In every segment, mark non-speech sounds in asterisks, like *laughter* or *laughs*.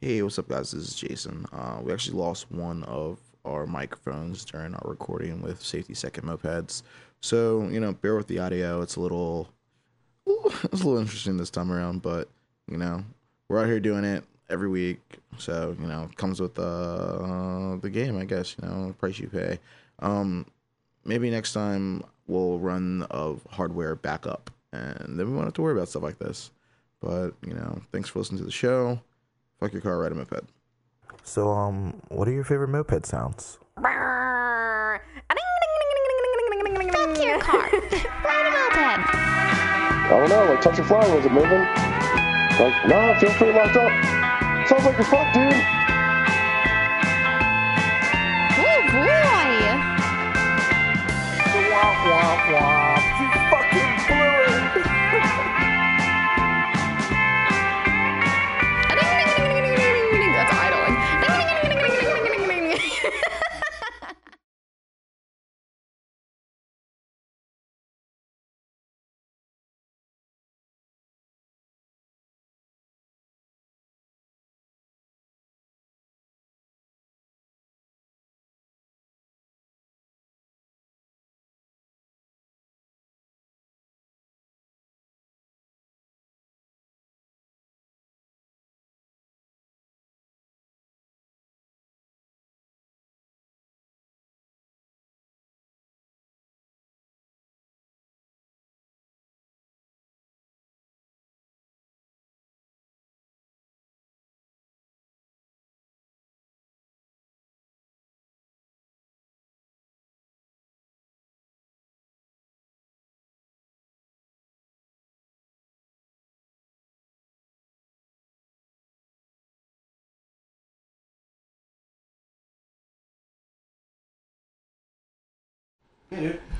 Hey, what's up, guys? This is Jason. Uh, we actually lost one of our microphones during our recording with Safety Second Mopeds, so you know, bear with the audio. It's a little, *laughs* it's a little interesting this time around, but you know, we're out here doing it every week, so you know, it comes with uh, uh, the game, I guess. You know, the price you pay. Um, maybe next time we'll run of hardware backup, and then we won't have to worry about stuff like this. But you know, thanks for listening to the show. Fuck your car, ride a moped. So, um, what are your favorite moped sounds? Fuck your car. Ride I don't know, like touch a flower, was it moving? Like, nah, I feel pretty locked up. Sounds like you're fucked, dude. a moped. That's idling.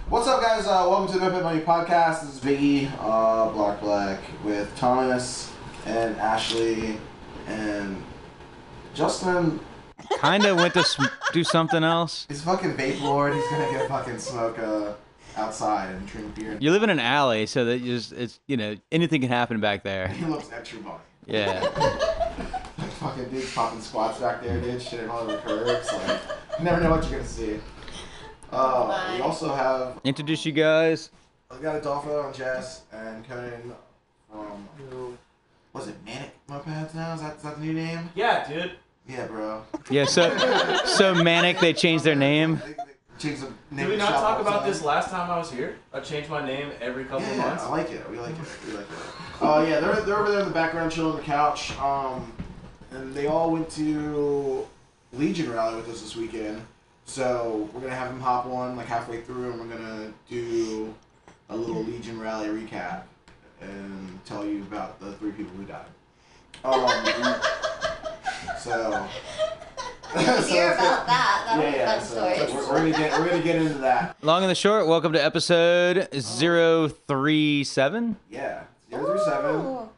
What's up, guys? Uh, welcome to the Moped Money Podcast. This is Biggie, uh, Black Black, with Thomas and Ashley and Justin. kind of went to sm- do something else. He's fucking vape lord. He's gonna get fucking smoke uh, outside and drink beer. You live in an alley, so that you just it's you know anything can happen back there. He looks extra money. *laughs* Yeah, Fucking dude's popping squats back there, dude. Shitting all over curves. Like, you never know what you're gonna see. Uh, we also have introduce you guys. I got Adolfo on Jess and Conan from was it Manic Mopeds now? Is that, is that the new name? Yeah, dude. Yeah, bro. Yeah, so so manic they changed their name. They- they changed the name Did of we the not shop talk all the about time. this last time I was here? I changed my name every couple of Yeah, months. I like it. We like it. We like it. Oh yeah, they're, they're over there in the background chilling on the couch. Um, and they all went to Legion rally with us this weekend. So we're gonna have them hop on like halfway through, and we're gonna do a little Legion rally recap and tell you about the three people who died. Um, *laughs* so. *laughs* Let's hear about that. That was Yeah, a yeah. fun So story. we're, we're gonna get we're gonna get into that. Long and the short. Welcome to episode zero three seven. Yeah, zero through seven. Ooh.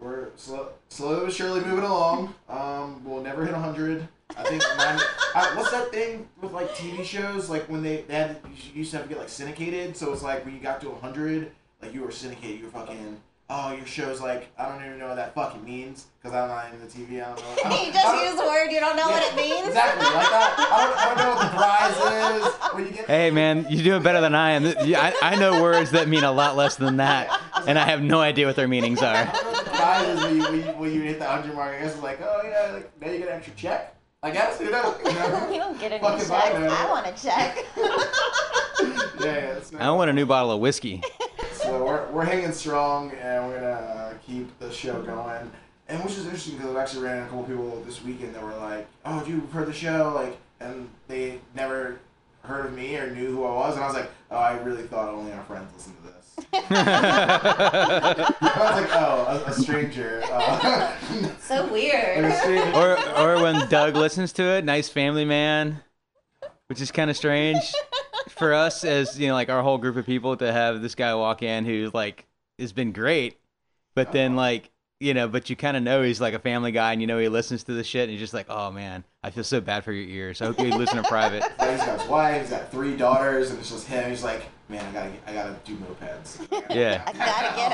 We're slow, slow but surely moving along. Um, we'll never hit hundred. I think. *laughs* nine, I, what's that thing with like TV shows? Like when they, they had you used to have to get like syndicated. So it's like when you got to hundred, like you were syndicated. You were fucking. Oh, your show's like I don't even know what that fucking means because I'm not into TV. I don't know. I don't- *laughs* *laughs* You I just don't- use the word. You don't know what it means. *laughs* Exactly like that. I don't, I don't know what the prize is. When you get Hey man, you're doing better than I am. Yeah, I, I know words that mean a lot less than that, and I have no idea what their meanings are. prizes when you, when you, when you hit the 100 mark. I guess it's like, oh, yeah, like, now you get an extra check. I guess, you know? You know? *laughs* You don't get any Fucking checks. buy it. I want a check. yeah, yeah. It's I want a new bottle of whiskey. So we're, we're hanging strong and we're going to keep the show going. And which is interesting because I've actually ran into a couple people this weekend that were like, oh, dude, we've heard the show. Like, and they never heard of me or knew who I was. And I was like, oh, I really thought only our friends listened to this. *laughs* I was like, oh, a, a stranger. Uh, so weird. a stranger. or or when Doug listens to it, nice family man, which is kind of strange for us as you know, like our whole group of people to have this guy walk in who like has been great, but then like you know, but you kind of know he's like a family guy, and you know he listens to this shit, and you're just like, oh man, I feel so bad for your ears. I hope you listen to private. Like, he's got his wife, he's got three daughters, and it's just him. He's like, man, I gotta, I gotta do mopeds. Yeah, *laughs* I gotta get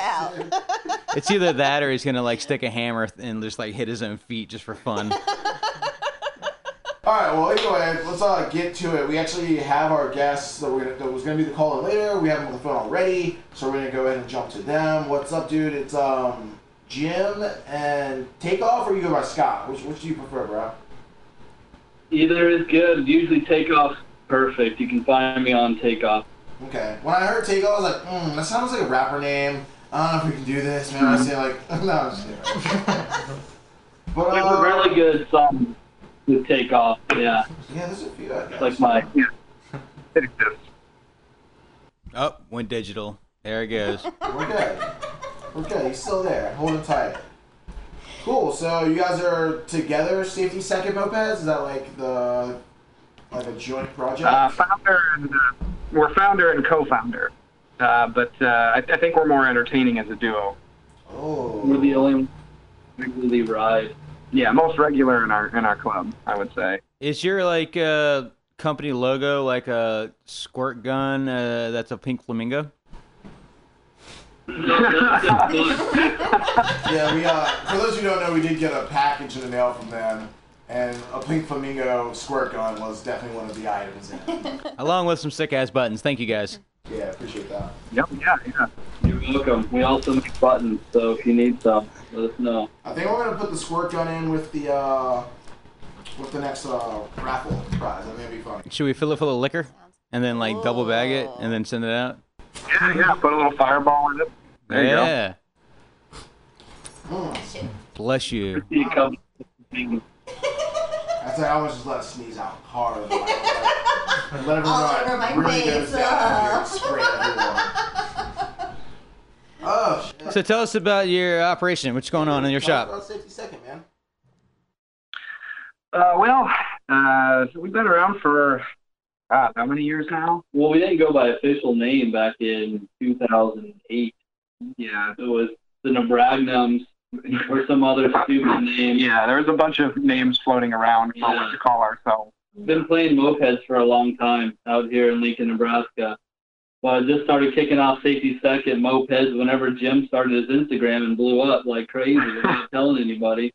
out. it's either that or he's gonna like stick a hammer th- and just like hit his own feet just for fun. *laughs* All right. Well, anyway, let's uh, get to it. We actually have our guests that, we're gonna, that was gonna be the caller later. We have them on the phone already, so we're gonna go ahead and jump to them. What's up, dude? It's um Jim and Takeoff, or you go by Scott? Which, which do you prefer, bro? Either is good. Usually takeoff's perfect. You can find me on takeoff. Okay. When I heard Takeoff, I was like, mm, that sounds like a rapper name. I don't know if we can do this, man. I say like, *laughs* no, I'm just kidding. but We uh, were really good songs with takeoff. Yeah, yeah, there's a few. I guess. like my. Oh, went digital. There it goes. We're good. We're good. He's still there. Hold him tight. Cool. So you guys are together, safety second mopeds. Is that like the like a joint project? Uh, founder and uh, we're founder and *laughs* co-founder, uh, but uh, I, I think we're more entertaining as a duo. We're oh. the only ones who really ride. Yeah, most regular in our in our club, I would say. Is your like uh, company logo like a squirt gun uh, that's a pink flamingo? *laughs* Yeah. We uh, for those who don't know, we did get a package in the mail from them, and a pink flamingo squirt gun was definitely one of the items. In it. Along with some sick ass buttons. Thank you guys. Yeah, appreciate that. Yep. Yeah. Yeah. You're welcome. We also make buttons, so if you need some, let us know. I think we're gonna put the squirt gun in with the uh, with the next uh, raffle prize. That may be funny. Should we fill it full of liquor and then like double bag it and then send it out? Yeah. Yeah. Put a little fireball in it. There you go. yeah. Bless you. Bless you. You come. It's That's like I always just let it sneeze out hard. Like, like, let everyone All know it over my really face, Uh-huh. goes down here and uh, *laughs* spray everyone. Oh, shit. So tell us about your operation. What's going on in your Talk shop? About safety second, man. Uh, well, uh, so we've been around for God, how many years now? Well, we didn't go by official name back in 2008. Yeah. It was the Nebragnums or some other stupid name. Yeah. There was a bunch of names floating around for what to call ourselves. been playing mopeds for a long time out here in Lincoln, Nebraska. But I just started kicking off safety second mopeds whenever Jim started his Instagram and blew up like crazy without *laughs* telling anybody.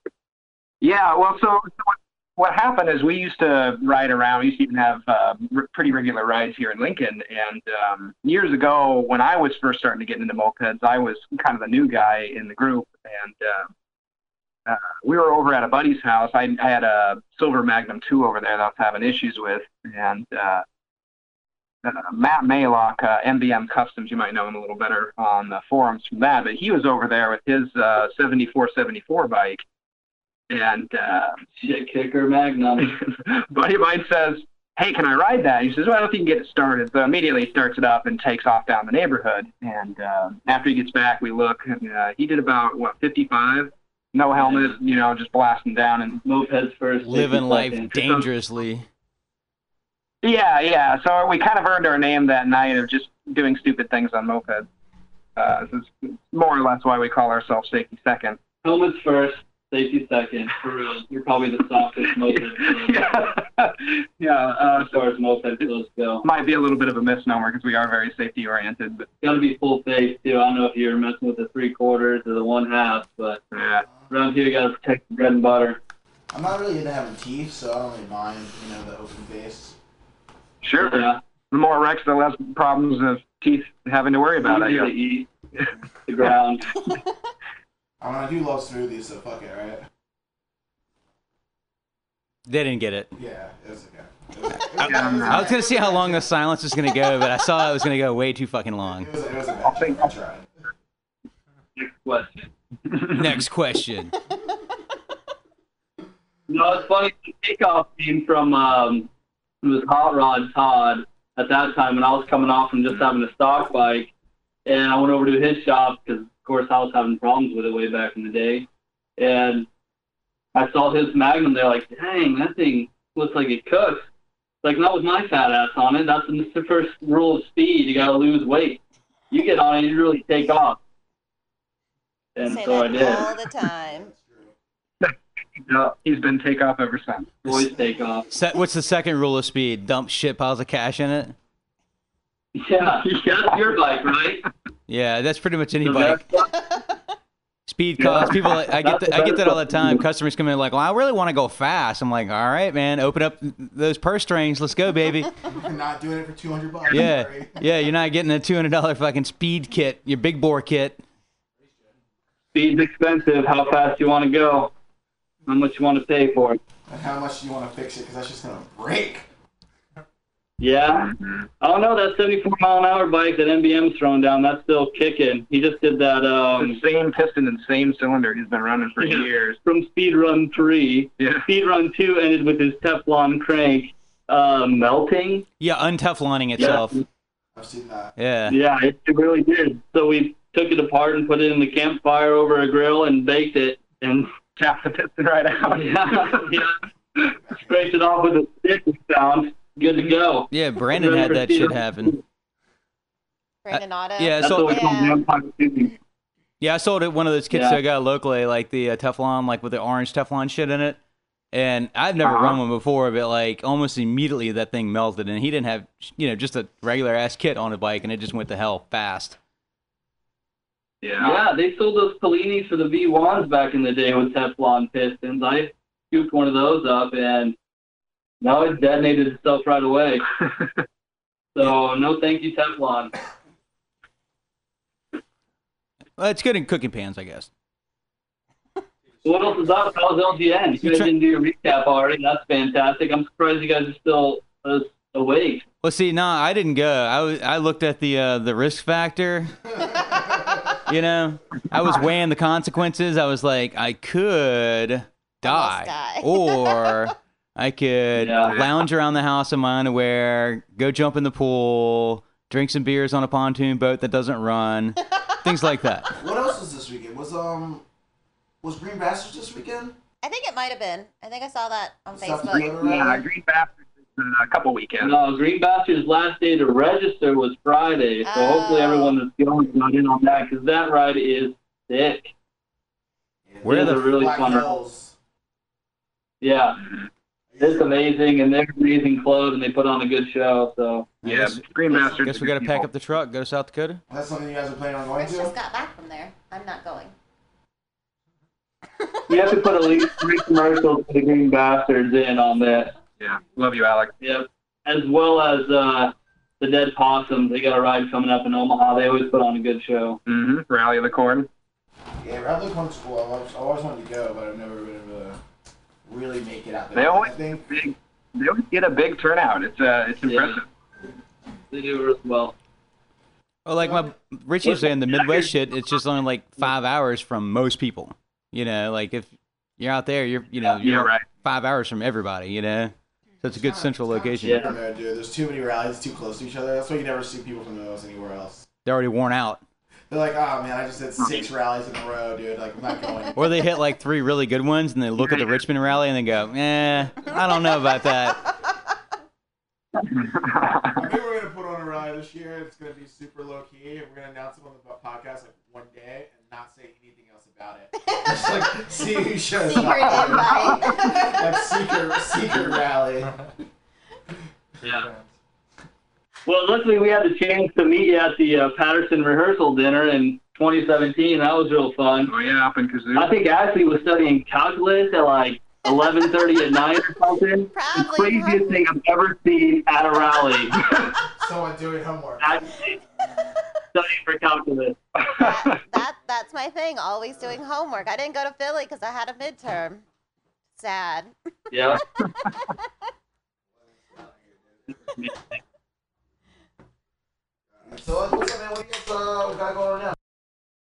Yeah, well, so, so what- what happened is we used to ride around. We used to even have uh, r- pretty regular rides here in Lincoln. And um, years ago, when I was first starting to get into mopeds, I was kind of the new guy in the group. And uh, uh, we were over at a buddy's house. I, I had a silver Magnum 2 over there that I was having issues with. And uh, uh, Matt Maylock, uh, MBM Customs, you might know him a little better on the forums from that. But he was over there with his uh, 7474 bike. And uh, Shit kicker Magnum. *laughs* buddy of mine says, "Hey, can I ride that?" He says, "Well, I don't think you can get it started." So immediately he starts it up and takes off down the neighborhood. And uh, after he gets back, we look. And, uh, he did about what 55, no helmet, you know, just blasting down. And Mopeds first. safety Living life second. dangerously. yeah, yeah. So we kind of earned our name that night of just doing stupid things on mopeds. Uh, this is more or less why we call ourselves Safety Second. Helmets first, safety second. For real, you're probably the softest moped in the world yeah, *laughs* yeah. Uh, as far as moped goes go. might be a little bit of a misnomer because we are very safety oriented, but Got to be full face too. I don't know if you're messing with the three quarters or the one half, but uh, yeah. around here you got to protect the bread and butter. I'm not really into having teeth, so I don't really mind, you know, the open face. Sure. Yeah. the more wrecks, the less problems of teeth having to worry about. I Easier to guess. eat. The *laughs* ground. I mean, I do love smoothies, so fuck it, right? They didn't get it. Yeah, it was okay. It was, I was gonna see how long the silence was gonna go, but I saw it was gonna go way too fucking long. *laughs* it was, it was a bad think- joke. I tried. Next question. Next question. No, it's funny. The takeoff came from um, it was Hot Rod Todd at that time when I was coming off from just having a stock bike, and I went over to his shop because of course I was having problems with it way back in the day, and I saw his Magnum there like, dang, that thing looks like it cooks. Like that was my fat ass on it. That's the the first rule of speed. You gotta lose weight. You get on it, you really take off. and say so I that did. all the time. No, he's been takeoff ever since. Always take off. Se- what's the second rule of speed? Dump shit piles of cash in it. *laughs* Yeah, that's your bike, right? Yeah, that's pretty much any The bike. best bike. Speed Yeah. costs. People, I get That's that, the I get that all the best time. button. Customers come in like, "Well, I really want to go fast." I'm like, "All right, man, open up those purse strings. Let's go, *laughs* baby." *laughs* You're not doing it for 200 bucks. Yeah, Sorry. yeah. You're not getting a two hundred dollar fucking speed kit, your big bore kit. Speed's expensive. How fast you want to go? How much you want to pay for it? And how much do you want to fix it? Because that's just going to break. Yeah. Oh no, that 74 mile an hour bike that NBM's throwing down, that's still kicking. He just did that The um, same piston and same cylinder he's been running for Yeah. years. from Speed Run 3. Yeah. Speed Run 2 ended with his Teflon crank uh, melting. Yeah, untefloning itself. I've seen that. Yeah. Yeah, it, it really did. So we took it apart and put it in the campfire over a grill and baked it and Tap the piston right out. yeah, *laughs* yeah. scraped it off with a stick. We found good to go. Yeah, Brandon had that shit happen. Brandon Otto. Yeah, That's so what we call Yeah. vampire shooting. Yeah, I sold it one of those kits Yeah. that I got locally, like the uh, Teflon, like with the orange Teflon shit in it. And I've never run one before, but like almost immediately that thing melted, and he didn't have, you know, just a regular ass kit on a bike, and it just went to hell fast. Yeah. Yeah, they sold those Pellinis for the V1s back in the day with Teflon pistons. I scooped one of those up and now it detonated itself right away. So no thank you Teflon. Well, it's good in cooking pans, I guess. What else is up? How's LGN? You You guys try- didn't do your recap already. That's fantastic. I'm surprised you guys are still uh, awake. Well, see, nah, I didn't go. I was, I looked at the uh, the risk factor. you know, I was weighing the consequences. I was like, I could die, die. or I could Yeah. lounge around the house in my underwear, go jump in the pool, drink some beers on a pontoon boat that doesn't run, things like that. What else was this weekend? Was um, was Green Bastards this weekend? I think it might have been. I think I saw that on Stuff Facebook. to go around? Yeah, Green Bastards is in a couple weekends. No, Green Bastard's last day to register was Friday, so Oh. hopefully everyone that's going got in on that because that ride is sick. Yeah, Where it is the a really Black fun ride. Hills. Yeah, it's amazing, and they're amazing clothes, and they put on a good show. So Yeah, Green Bastards. Guess we got to pack up the truck, go to South Dakota. That's something you guys are planning on going Rich just to? got back from there. I'm not going. we have to put at least three commercials for the Green Bastards in on that. Yeah. Love you, Alex. Yep. As well as uh, the Dead Possum. They got a ride coming up in Omaha. They always put on a good show. hmm Rally of the Corn. Yeah, Radley Corn's cool. I've always, I always wanted to go, but I've never been able to really make it out there. They always- I think Big. They always get a big turnout. It's uh, it's Yeah. impressive. They do it as well. Well, like my Richie was saying, the Midwest shit, it's just only like five hours from most people. You know, like if you're out there, you're you know Yeah, you're right. five hours from everybody. You know, so it's a good central location. Yeah. I don't know, dude. There's too many rallies too close to each other. That's why you never see people from those anywhere else. They're already worn out, They're like, oh man, I just did six rallies in a row, dude. Like, I'm not going. *laughs* or they hit like three really good ones, and they look at the Richmond rally and they go, "Eh, I don't know about *laughs* that." *laughs* I think we're gonna put on a rally this year. It's gonna be super low key, and we're gonna announce it on the podcast like one day and not say anything else about *laughs* it. Just like see who shows Secret up. invite. *laughs* Like secret, secret rally. Yeah. Well, luckily we had the chance to meet you at the uh, Patterson rehearsal dinner in 2017. That was real fun. Oh yeah, up in I Kazoo. think Ashley was studying calculus at like 11:30 at night or something. The Probably. craziest thing I've ever seen at a rally. *laughs* Someone doing homework. Ashley studying for calculus. That, that, that's my thing. Always doing homework. I didn't go to Philly because I had a midterm. Sad. *laughs* Yeah. So what's up, man? What do you guys uh, got going on now? *laughs*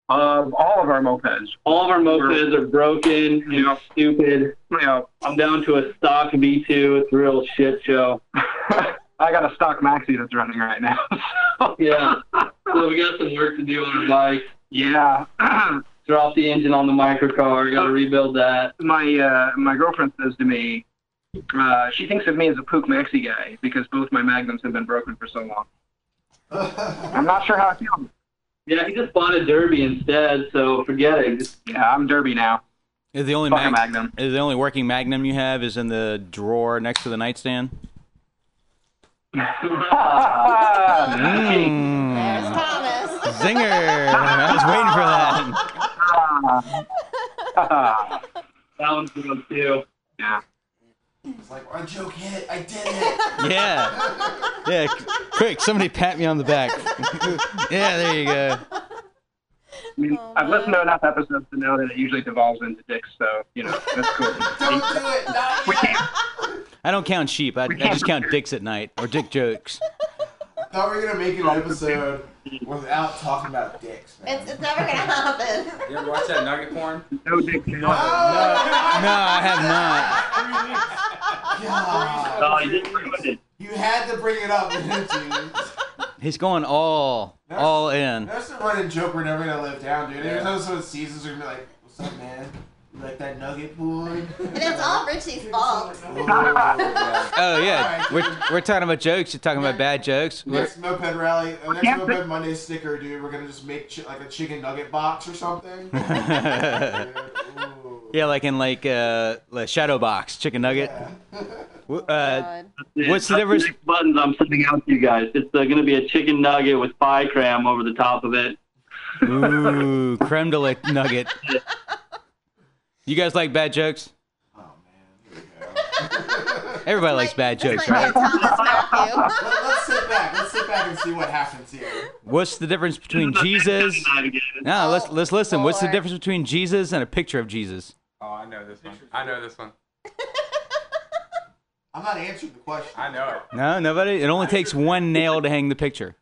Of all of our mopeds. All of our mopeds are broken and Yeah. stupid. You know, I'm down to a stock V2. It's a real shit show. I got a stock maxi that's running right now. Yeah. So we got some work to do on our bike. yeah. *laughs* Drop the engine on the microcar. Got to rebuild that. Uh, my uh, my girlfriend says to me, uh, she thinks of me as a Pook Maxi *laughs* guy because both my magnums have been broken for so long. I'm not sure how I feel. Yeah, he just bought a Derby instead, so forget it. Just, Yeah, I'm Derby now. Is the only Fuck a mag- Magnum. is the only working Magnum you have is in the drawer next to the nightstand? *laughs* Uh, There's *laughs* Thomas. Mm. Zinger! I was waiting for that. that one's good too. yeah. It's like, our joke hit. I did it. Yeah, yeah. c- Quick, somebody pat me on the back. *laughs* yeah, there you go. I mean, Oh, I've listened man. to enough episodes to know that it usually devolves into dicks, so, you know, that's cool. Don't do it. Not we yet. can't, I don't count sheep. I, I just count dicks at night or dick jokes. *laughs* Thought we were gonna make an episode without talking about dicks, man. It's, it's never gonna happen. You ever watch that nugget porn? no dick No, now. oh, *laughs* *laughs* I have not. God. Oh, you just ruined it. You had to bring it up, *laughs* didn't you? He's going all all in. That's the running joke we're never gonna live down, dude. There's also some seasons we're gonna be like, "What's up, man? You like that nugget boy?" And it's all Richie's fault. Oh yeah, we're we're talking about jokes. You're talking about bad jokes. We're- *laughs* Next moped rally, uh, next Yeah, but- moped Monday sticker, dude. We're gonna just make chi- like a chicken nugget box *laughs* or something. Ooh. *laughs* Yeah, like in like uh like Shadow Box chicken nugget. W- Uh, God. What's the That's difference- next buttons I'm sending out to you guys. It's uh, going to be a chicken nugget with pie cram over the top of it. ooh, creme de la nugget. You guys like bad jokes? Oh, Everybody likes bad This jokes, might be right? a Thomas Matthew. Let, us sit back. Let's sit back and see what happens here. What's the difference between This is a Jesus? chicken nugget. No, let's Oh, let's listen. What's the Lord. difference between Jesus and a picture of Jesus? Oh, I know this one. I know this one. I'm not answering the question. I know it. No, nobody. It only takes one nail to hang the picture.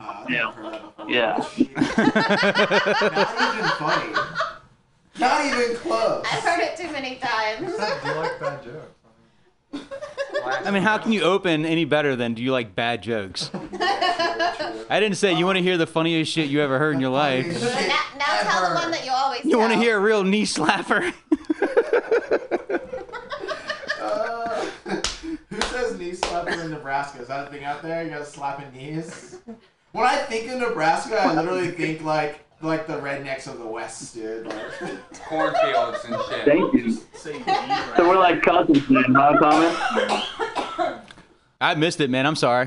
Uh, I've Yeah. never heard that before. Yeah. Not even funny. Not even close. I've heard it too *laughs* many times. you like bad jokes. *laughs* I mean, how can you open any better than do you like bad jokes? I didn't say you want to hear the funniest shit you ever heard in your life. But now, now tell the one that you always You want to tell. hear a real knee slapper? Uh, who says knee slapping in Nebraska? Is that a thing out there? You guys slapping knees? When I think of Nebraska, I literally think like like the rednecks of the West, dude. Like, *laughs* *laughs* Cornfields and shit. Thank you. say knee, right? So we're like cousins then, huh, Thomas? I missed it, man. I'm sorry.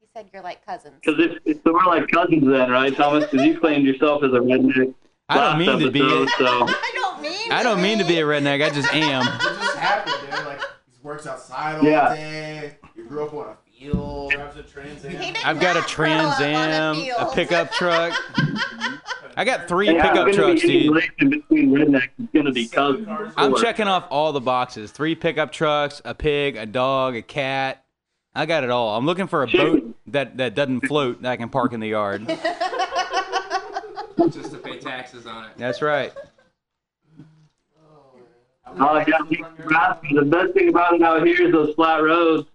He said you're like cousins. Because if, if so we're like cousins then, right, Thomas? Because you claimed yourself as a redneck. I don't last mean to be episode, a- So I don't mean. I don't mean to be a redneck. I just am. It just happened, dude. Like he works outside all Yeah. day. You grew up on a field. Drives a Trans Am. He did I've got a not grow up on Trans Am, field. a pickup truck. I got three yeah, pickup it's gonna trucks, be any dude. relation between rednecks. It's going to be cousins. of I'm course. checking off all the boxes: three pickup trucks, a pig, a dog, a cat. I got it all. I'm looking for a boat that that doesn't float that I can park in the yard. *laughs* Just to pay taxes on it. That's right. Oh, yeah. Nebraska, The best thing about it out here is those flat roads.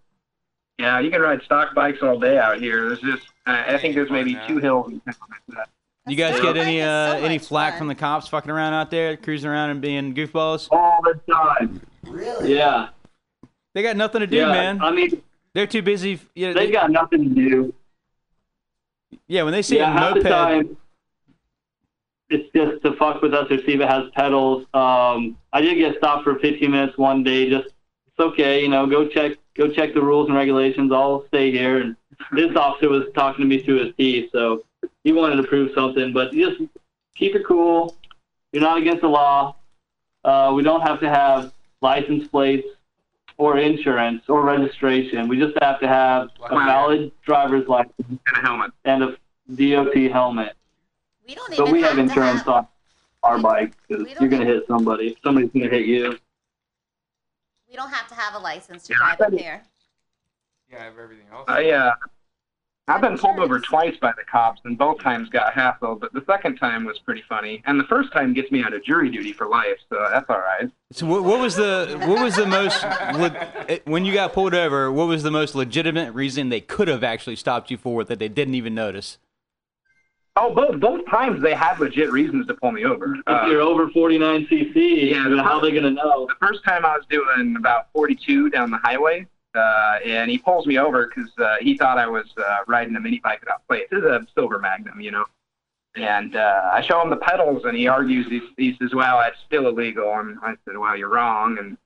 Yeah, you can ride stock bikes all day out here. There's just, I I think there's maybe two hills in town like that. You guys That's get so- any that uh, is so any much flack fun. from the cops fucking around out there, cruising around and being goofballs? all the time. Really? Yeah. They got nothing to do, yeah. man. I mean, They're too busy. Yeah, they've they- got nothing to do. yeah. When they see yeah, a half moped, the time, it's just to fuck with us or see if it has pedals. Um, I did get stopped for 15 minutes one day. Just it's okay, you know. Go check, go check the rules and regulations. I'll stay here. And this officer was talking to me through his teeth, so he wanted to prove something. But just keep it cool. You're not against the law. Uh, we don't have to have license plates or insurance or registration. We just have to have a valid driver's license And a helmet. and a DOT helmet. We don't But even we have, have insurance to have. on our bike because We don't you're going to have- hit somebody. Somebody's going to hit you. We don't have to have a license to Yeah, I drive up here. You gotta have everything else. I, uh, I've been pulled over twice by the cops, and both times got hassled, but the second time was pretty funny. And the first time gets me out of jury duty for life, so that's all right. so what, what was the what was the most le- eh, when you got pulled over? What was the most legitimate reason they could have actually stopped you for that they didn't even notice? Oh, both both times they had legit reasons to pull me over. if you're Uh, over 49 cc, Yeah, yeah, how are they going to know? the first time I was doing about 42 down the highway, uh, and he pulls me over because uh, he thought I was uh, riding a mini bike without plates. This is a silver Magnum, you know. And uh, I show him the pedals, and he argues. He, he says, "Well, that's still illegal." And I said, "Well, you're wrong." And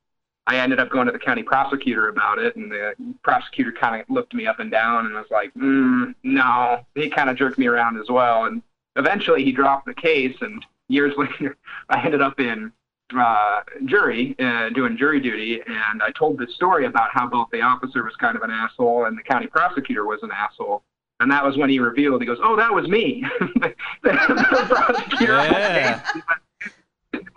I ended up going to the county prosecutor about it, and the prosecutor kind of looked me up and down and was like, mm, "No." He kind of jerked me around as well, and eventually he dropped the case. And years *laughs* later, I ended up in uh, jury, uh, doing jury duty, and I told this story about how both the officer was kind of an asshole and the county prosecutor was an asshole. And that was when he revealed, he goes, Oh, that was me. *laughs* The- the prosecutor. Yeah.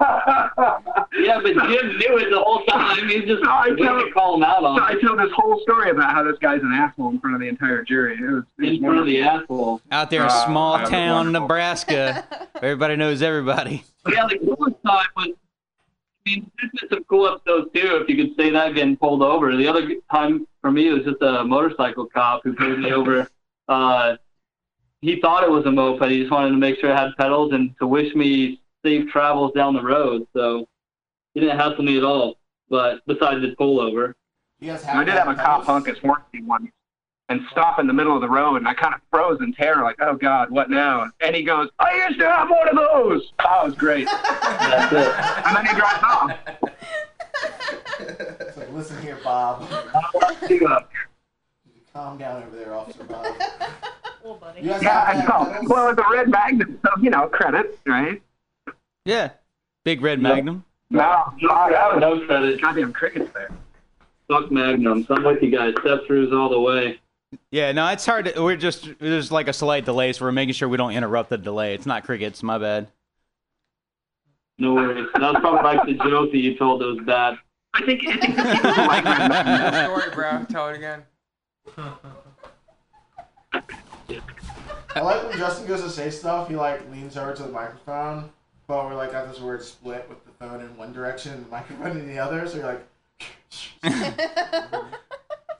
Yeah, but Jim knew it the whole time. He's just No, I we tell- could call him out So I on it tell this whole story about how this guy's an asshole in front of the entire jury. It was, it was in front of the asshole. Out there in Uh, small that was town wonderful. Nebraska, *laughs* everybody knows everybody. Yeah, the coolest time was. I mean, there's been some cool episodes too, if you could say that getting pulled over. The other time for me was just a motorcycle cop who pulled me over. Uh, he thought it was a moped. He just wanted to make sure it had pedals and to wish me safe travels down the road. So he didn't hassle me at all. But besides the pullover, You guys I did have a cop honk his horn at me once and stop in the middle of the road, and I kind of froze in terror, like, oh God, what now? And he goes, I used to have one of those. That was *laughs* great. that's it. *laughs* And then he drives off. It's like, listen here, *laughs* Bob. He, uh, Calm down over there, Officer Bob. Little buddy. You guys Yeah, have I back know. pedals? Well, it's a red magnum, so you know, credit, right? Yeah. Big red magnum. No, no, that was No credit. goddamn crickets there. Fuck Magnum. So I'm with you guys. Step throughs all the way. Yeah, no, it's hard to we're just there's like a slight delay, so we're making sure we don't interrupt the delay. It's not crickets, my bad. No worries. That was probably like the joke that you told those bad I think I think people like red magnum. *laughs* Story, bro. Tell it again. I like when Justin goes to say stuff, he like leans over to the microphone, but we're like got this weird split with the phone in one direction and the microphone in the other, so you're like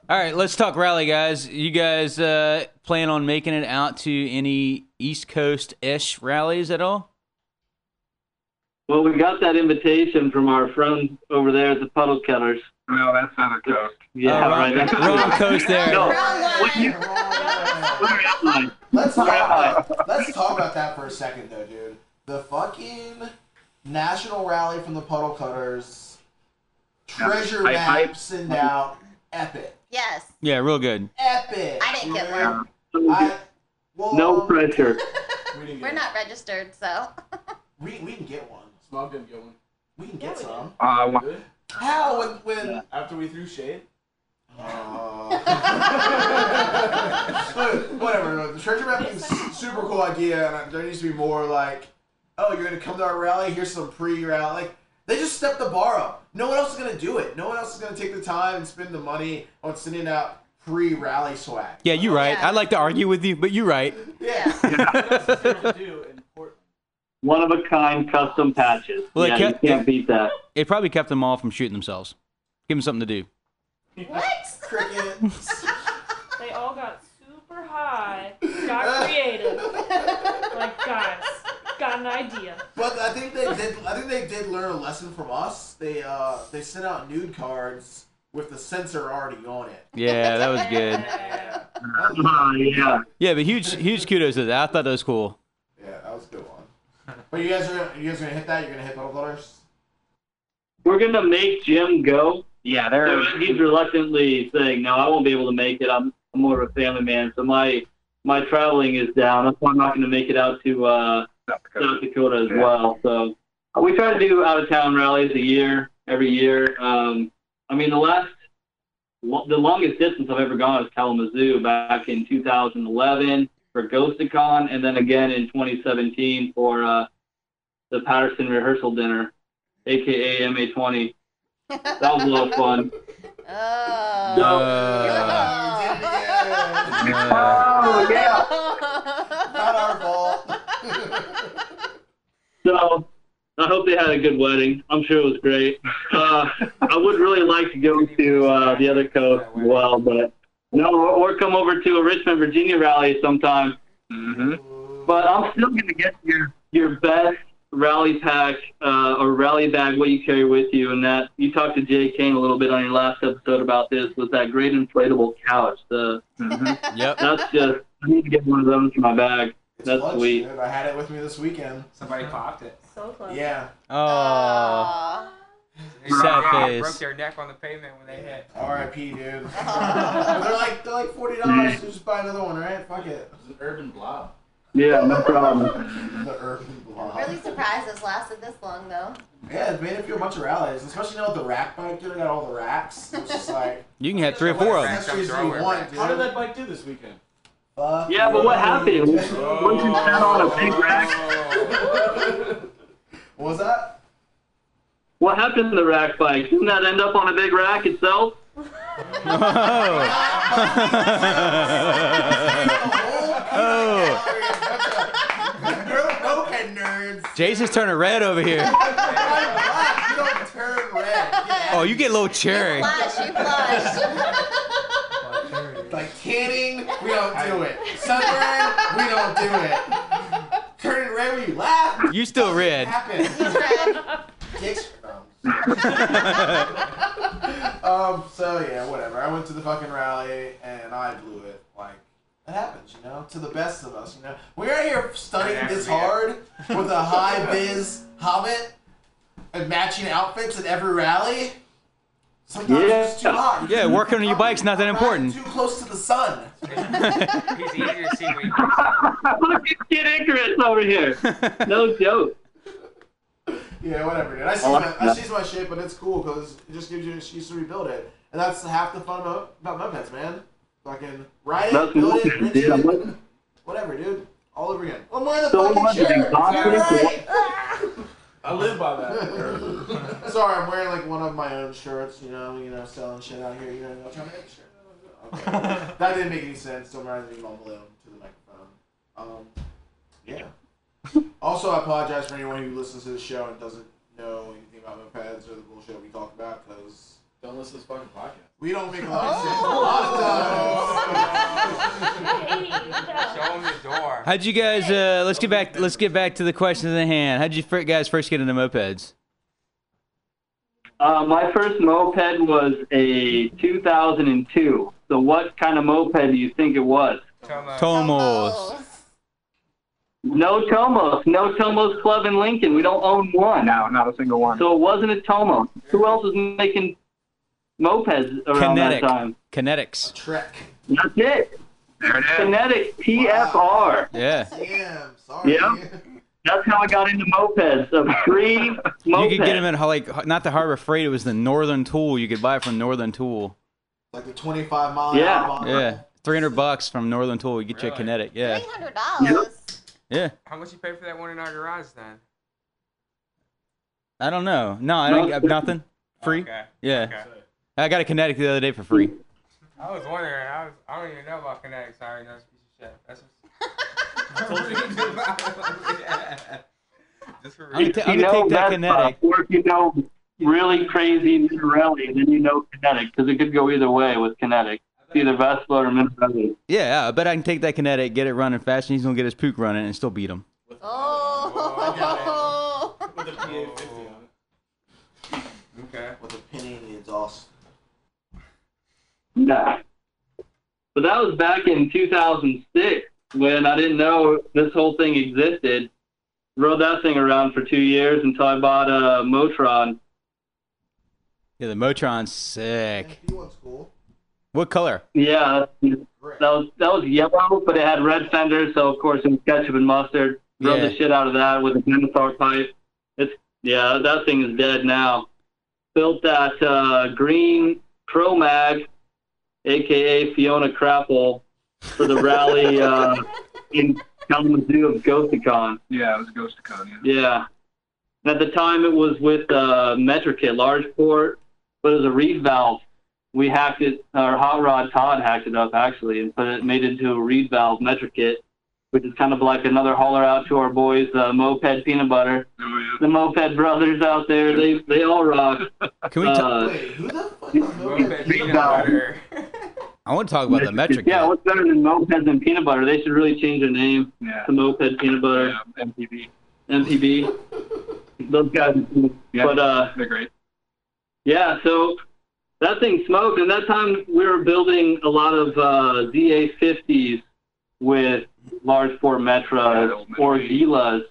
All right, let's talk rally, guys. You guys uh, plan on making it out to any East Coast ish rallies at all? Well, we got that invitation from our friend over there at the Puddle Cutters. No, that's not a joke. Yeah, Oh, right. wrong, *laughs* That's wrong coast there. No. *laughs* Wrong one. Let's talk about let's talk about that for a second though, dude. The fucking national rally from the puddle cutters. Treasure I- I- maps send out epic. Yes. Yeah, real good. Epic. I didn't get dude. one. I, well, no pressure. We didn't get We're one. not registered, so. We, we can get one. Smog didn't get one. We can get Yeah, we some. Uh, well, Good. How when when After we threw shade. *laughs* Uh, whatever. no, The treasure map is a super cool idea, and there needs to be more like, oh, you're gonna come to our rally. Here's some pre-rally. Like, they just stepped the bar up. No one else is gonna do it. No one else is gonna take the time and spend the money on sending out pre-rally swag. Yeah, you're right. Yeah. I'd like to argue with you, but you're right. Yeah. to do in Portland. One of a kind custom patches. Well, it yeah, kept- you can't beat that. It probably kept them all from shooting themselves. Give them something to do. What? Crickets. *laughs* They all got super high, got creative. like, guys, got an *laughs* idea. But I think they did. I think they did learn a lesson from us. They uh they sent out nude cards with the sensor already on it. Yeah, that was good. Yeah. uh, yeah. Yeah, but huge, huge kudos to that. I thought that was cool. Yeah, that was a good one. But you guys are you guys gonna hit that? You're gonna hit puddle *laughs* cutters? We're going to make Jim go. Yeah, So they're he's reluctantly saying, no, I won't be able to make it. I'm, I'm more of a family man. So my my traveling is down. That's why I'm not going to make it out to uh, South Dakota. South Dakota as Yeah. well. So uh, we try to do out of town rallies a year, every year. Um, I mean, the last, lo- the longest distance I've ever gone is Kalamazoo back in 2011 for GhosticCon, and then again in 2017 for uh, the Patterson Rehearsal Dinner, aka MA20. That was a lot of fun. Oh. No. Uh, Oh. uh, Oh, yeah. Not our fault. *laughs* So I hope they had a good wedding. I'm sure it was great. Uh, I would really like to go to uh, the other coast as well, but no, or, or come over to a Richmond, Virginia rally sometime. hmm Mm-hmm. But I'm still going to get your your best rally pack uh, or rally bag, what you carry with you, and that you talked to Jay Kane a little bit on your last episode about this was that great inflatable couch. The Mm-hmm. yep, that's just I need to get one of those for my bag. That's Clutch, sweet. dude. I had it with me this weekend. Somebody popped it. So close. *laughs* Yeah. *laughs* Oh, They sad broke face. their neck on the pavement when they hit. R.I.P. *laughs* Dude. they're like they're like forty dollars. So just buy another one, right? Fuck it. It's an urban blob. Yeah, no problem. *laughs* The urban blob. *laughs* Really surprised this lasted this long though. Yeah, it made a few bunch of rallies, especially now with the rack bike, dude. I got all the racks. It's just like You can have three or four of them. accessories Throw you away want, racks. dude. How *laughs* did that bike do this weekend? Fuck Oh. Yeah, but what you. happened? Once you sat on a big rack, What was that? what happened to the rack bike? Didn't that end up on a big rack itself? Oh, okay, nerds. Jason's turning red over here. *laughs* You don't turn red. Oh, you get a little cherry. Flash, you flushed. *laughs* Like tanning, we don't do it. Sunburn, we don't do it. *laughs* Turning red when you laugh, You still red. happen. He's red. Kicks. *laughs* um. So yeah, whatever. I went to the fucking rally and I blew it. Like it happens, you know, to the best of us. You know, we're out here studying this hard with *laughs* a high biz hobbit and matching outfits at every rally. Sometimes it's too Yeah. hot. Yeah, working on your Fucking bike's not that riding important. Too close to the *laughs* sun. He's easy to see when he puts on. Look at Kid Icarus over here. *laughs* No joke. Yeah, *laughs* whatever, dude. I see Oh, my, I no. see my shit, but it's cool because it just gives you an excuse to rebuild it, and that's half the fun about, about mopeds, man. Fucking ride it, That's build it, nothing, rinse dude. I'm it, looking- whatever, dude. All over again. Oh, my the So much fucking is shirt. exhausting. Right. *laughs* I live by that. *laughs* *laughs* Sorry, I'm wearing like one of my own shirts. You know, you know, selling shit out here. You know, I'm trying to make sure. Okay. that didn't make any sense. Don't mind me mumbling to the microphone. Um, yeah. also, I apologize for anyone who listens to the show and doesn't know anything about mopeds or the bullshit we talk about because Don't listen to this fucking podcast. we don't make a lot Oh! of sense. A lot of times. Hey, yeah. *laughs* *laughs* Show him the door. How'd you guys? Uh, let's get back. Let's get back to the question at hand. How'd you fir- guys first get into mopeds? Uh, my first moped was a 2002. So what kind of moped do you think it was? Tell him, uh, Tomos. No Tomos. No Tomos Club in Lincoln. We don't own one. No, not a single one. So it wasn't a Tomos. Who else was making mopeds around Kinetic. that time? Kinetics. Trek. That's it. There it is. Kinetic TFR. Yeah. Damn. Sorry. Yeah. That's how I got into mopeds. So three mopeds. You could get them at like not the Harbor Freight. It was the Northern Tool. You could buy it from Northern Tool. Like the 25 mile an Yeah. hour mile. Yeah, three hundred bucks from Northern Tool. You get you a Oh, Really? Kinetic. Yeah, Three hundred dollars. yeah. How much you pay for that one in our garage then? I don't know. No, I don't get nothing. Free. Okay. Yeah. Okay. I got a Kinetic the other day for free. I was wondering. I was. I don't even know about kinetics. I already know this piece of shit. That's *laughs* just. just for I'm real. gonna, ta- you I'm gonna know take that that Kinetic. or if you know really crazy Minarelli, then you know kinetic because it could go either way with kinetic. It's either Vespa or Minarelli. Yeah, I bet I can take that Kinetic, get it running fast, and he's gonna get his puke running and still beat him. Oh. With a PA50 on it. Okay. With a penny in the exhaust. Nah. But that was back in 2006 when I didn't know this whole thing existed. Rode that thing around for two years until I bought a Motron. Yeah, the Motron's Yeah, sick. P1 school. What color? Yeah, that Great. was that was yellow, but it had red fenders, so of course it was ketchup and mustard. Rode Yeah. the shit out of that with a dinosaur pipe. It's yeah, that thing is dead now. Built that uh, green Pro Mag, aka Fiona Crapple, for the rally uh, in Kalamazoo of Gothicon. Yeah, it was Ghost of Con, yeah. Yeah. And at the time, it was with uh, Metrokit, large port, but it was a reed valve. We hacked it, or Hot Rod Todd hacked it up actually, and put it made it into a reed valve Metrokit, which is kind of like another holler out to our boys, uh, Moped Peanut Butter, Oh, the Moped Brothers out there. They they all rock. Can we? ta- Uh, Wait, who the fuck is Moped moving? peanut butter. I want to talk about the metric. yeah, kit. what's better than Mopeds and Peanut Butter? They should really change their name yeah. to Moped Peanut Butter. Yeah, MTV. MPB. Those guys. Yeah, But uh, they're great. yeah, so that thing smoked, and that time we were building a lot of uh, DA50s with large port Metras or Gilas,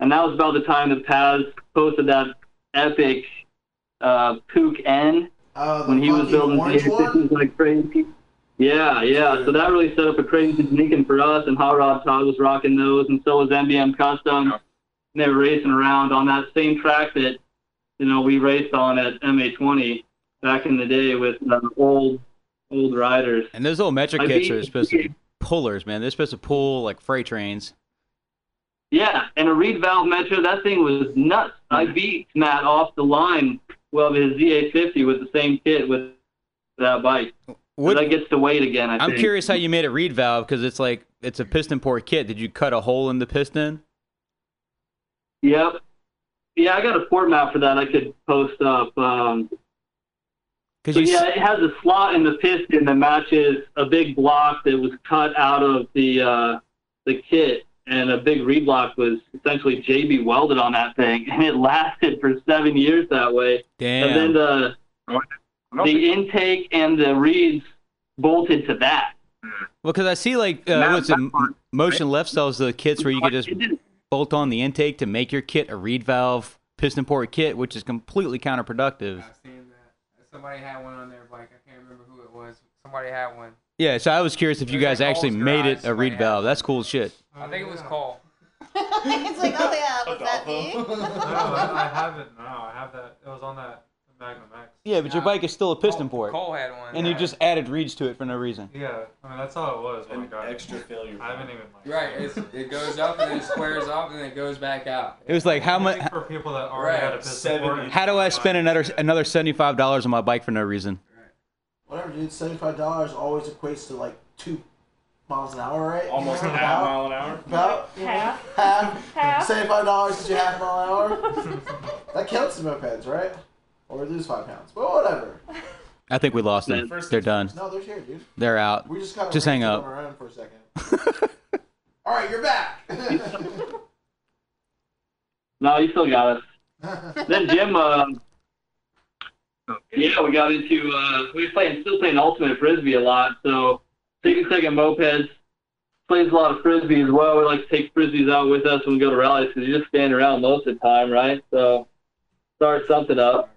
and that was about the time that Paz posted that epic uh, Pook N Oh, Uh, when he was building orange DA50s like crazy. Yeah, yeah. So that really set up a crazy sneaking for us, and Hot Rod Todd was rocking those, and so was MBM Custom. And they were racing around on that same track that you know we raced on at MA20 back in the day with uh, old old riders. And those little metric I kits mean- are supposed to be pullers, man. They're supposed to pull like freight trains. Yeah, and a reed valve metro, that thing was nuts. I beat Matt off the line well his ZA50 with the same kit with that bike. Would- that gets to weight again. I I'm think. curious how you made a reed valve because it's like it's a piston port kit. Did you cut a hole in the piston? Yep. Yeah, I got a port map for that. I could post up. Um, 'Cause so you yeah, s- it has a slot in the piston that matches a big block that was cut out of the uh, the kit, and a big reblock was essentially JB welded on that thing, and it lasted for seven years that way. Damn. And then the the intake and the reeds bolted to that. Well, because I see like uh, what's it, Motion Left sells the kits where you could just bolt on the intake to make your kit a reed valve piston port kit, which is completely counterproductive. Somebody had one on their bike. I can't remember who it was. Somebody had one. Yeah, so I was curious if you guys actually made it a reed valve. That's cool as shit. I think it was *laughs* Cole. it's like, oh yeah, was that *laughs* me? no, I, I haven't. No, I have that. It was on that Magnum X. Yeah, but your bike is still a piston port. Cole had one. uh, And you just added reeds to it for no reason. Yeah, I mean that's how it was. An extra failure. I haven't even like. Right, it's, it goes up and then it squares off and then it goes back out. It was like how much? For people that already had a piston port. How do I spend another another seventy five dollars on my bike for no reason? Whatever, dude. Seventy-five dollars always equates to like two miles an hour, right? Almost a About- half mile an hour. About half. Half. Seventy-five dollars is your half mile an hour. that counts as mopeds, right? Or we lose five pounds, but whatever. I think we lost them. They're done. No, they're here, dude. They're out. We just kind of Just hang on up. our own for a second. *laughs* All right, you're back. *laughs* No, you still got us. then Jim, uh, yeah, we got into uh, we were playing still playing ultimate frisbee a lot. So taking second mopeds plays a lot of frisbee as well. We like to take frisbees out with us when we go to rallies because you just stand around most of the time, right? So start something up.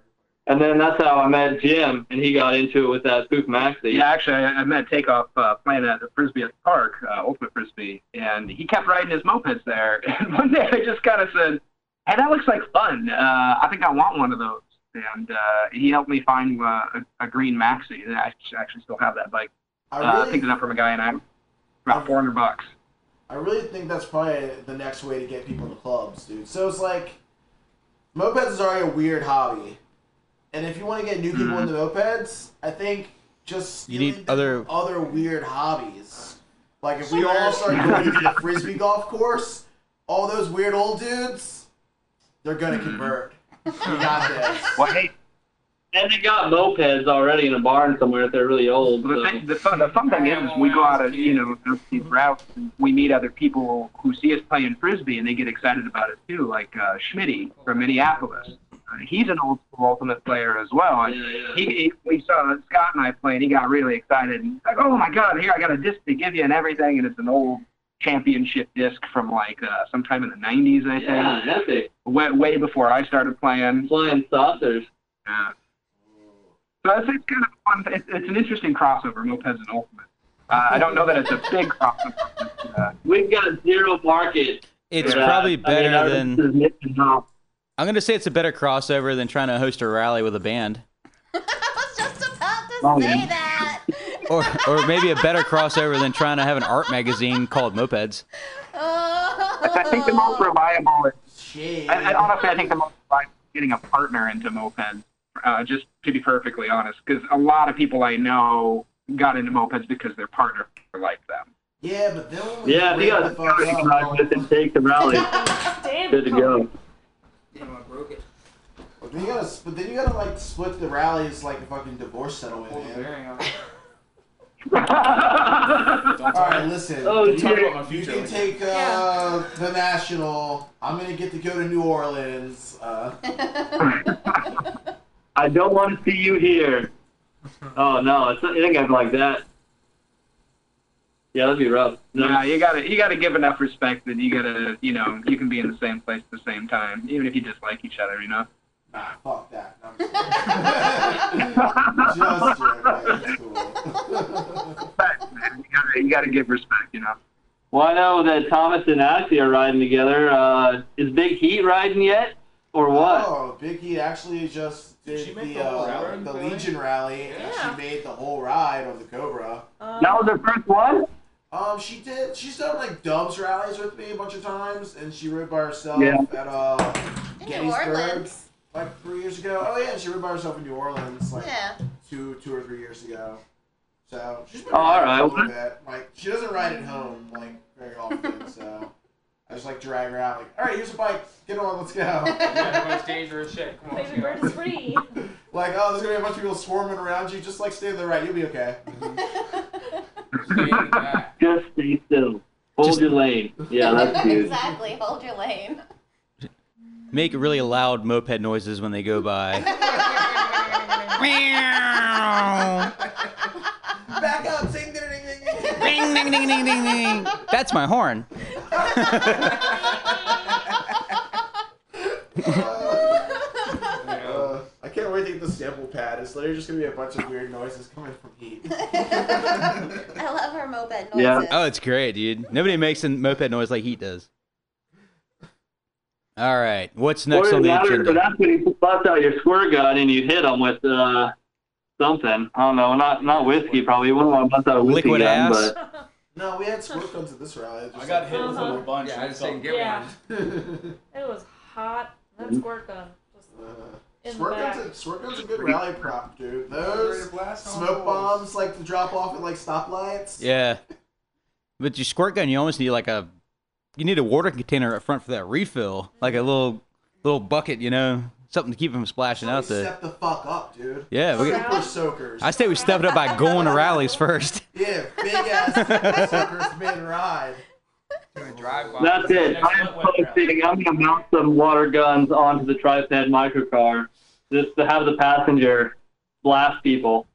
And then that's how I met Jim, and he got into it with that Spook Maxi. Yeah, actually, I, I met Takeoff uh, playing at the Frisbee at the park, uh, Ultimate Frisbee, and he kept riding his mopeds there. *laughs* And one day I just kind of said, hey, that looks like fun. Uh, I think I want one of those. And uh, he helped me find uh, a, a green Maxi. And I act- actually still have that bike. I uh, really- picked it up from a guy, and I about 400 bucks. I really think that's probably the next way to get people into clubs, dude. So it's like, mopeds is already a weird hobby, and if you want to get new people Mm-hmm. into mopeds, I think just You need other. other weird hobbies. Like if we *laughs* all start going to the frisbee golf course, all those weird old dudes, they're gonna convert. You got this. Mm-hmm. Well, hey, And they got mopeds already in a barn somewhere if they're really old. Well, So. the, thing, the, fun, the fun thing is, is we go out, of, you know, those these routes, and we meet other people who see us playing frisbee, and they get excited about it too. Like uh, Schmitty from Minneapolis, uh, he's an old school ultimate player as well. And he, he, we saw Scott and I playing, he got really excited. And he's like, oh my god, here I got a disc to give you and everything, and it's an old championship disc from like uh, sometime in the '90s, I think. Yeah, epic. Way, way before I started playing. Flying saucers. Yeah. So it's, it's kind of fun. It's, it's an interesting crossover, mopeds and ultimate. Uh, I don't know that it's a big crossover. We've got zero market. It's for that. probably better I mean, our- than. I'm gonna say it's a better crossover than trying to host a rally with a *laughs* band, About to say that. *laughs* or or maybe a better crossover than trying to have an art magazine called Mopeds. I think the most reliable is. Jeez. I, I, honestly, I think the most reliable is getting a partner into mopeds, uh, just to be perfectly honest, because a lot of people I know got into mopeds because their partner liked them. Yeah, but then when we Yeah, if you got a starting ride with it, take the rally. Damn. Good to go. Damn, I broke it. But then you gotta, but then you gotta like split the rallies like a fucking divorce settlement, man. All right, listen. Oh, you, talk about my future can later. take uh, the national. I'm gonna get to go to New Orleans. Uh, I don't want to see you here. Oh no, it's not, it ain't gonna be like that. Yeah, that'd be rough. No. Yeah, you gotta you gotta give enough respect that you gotta you know you can be in the same place at the same time, even if you dislike each other. You know. Ah, fuck that. No, I'm just kidding. *laughs* Just joking. You gotta, you gotta give respect, you know. Well, I know that Thomas and Ashley are riding together. Uh, is Big Heat riding yet, or what? Oh, Biggie actually just did the, uh, the Legion rally, and she made the whole ride of the Cobra. That was her first one. Um, she did. She's done like Dubs rallies with me a bunch of times, and she rode by herself Yeah. at uh Gettysburg Orleans. like three years ago. Oh yeah, she rode by herself in New Orleans like Yeah. two two or three years ago. So she's been Oh, all riding a right. little bit. Like she doesn't ride Mm-hmm. at home like very often, so I just like drag her out. Like, all right, here's a bike. Get on, let's *laughs* go. *laughs* Yeah, that's dangerous shit. Come on. Baby bird is free. like, oh, there's gonna be a bunch of people swarming around you. Just like stay to the right, you'll be okay. *laughs* Just stay still. Hold your lane. Yeah, that's good. *laughs* exactly. Hold your *laughs* lane. *laughs* Make really loud moped noises when they go by. Back up. Sing, ding, ding, ding, ding. Ding, ding, ding, ding, ding, ding. That's my horn. Uh, I can't wait to get the sample pad. It's literally just gonna be a bunch of weird noises coming from heat. I love her moped noises. Oh, it's great, dude. Nobody makes a moped noise like Heat does. All right. What's next Or on the that, or agenda? that's when you bust out your squirt gun and you hit them with uh, something. I don't know. Not not whiskey, probably. You wouldn't want to bust out a whiskey Liquid gun, ass? but No, we had squirt guns at this rally. It's I just got like- hit with a whole bunch. Yeah, I just didn't and get Uh-huh. Yeah. one. *laughs* It was hot. That squirt gun. Just in the Squirt back. guns, a, squirt guns a good rally prop, dude. Those Ready to *laughs* blast on smoke walls. bombs, like the drop off at like stoplights. Yeah. But your squirt gun, you almost need like a, you need a water container up front for that refill, like a little, little bucket, you know, something to keep them splashing Somebody out there. Step the fuck up, dude. Yeah, we Super soakers. I say we step it up by going to rallies first. yeah, big ass super *laughs* soakers made ride. Doing drive by. that's it. I'm posting. I'm gonna mount some water guns onto the tripod microcar just to have the passenger blast people.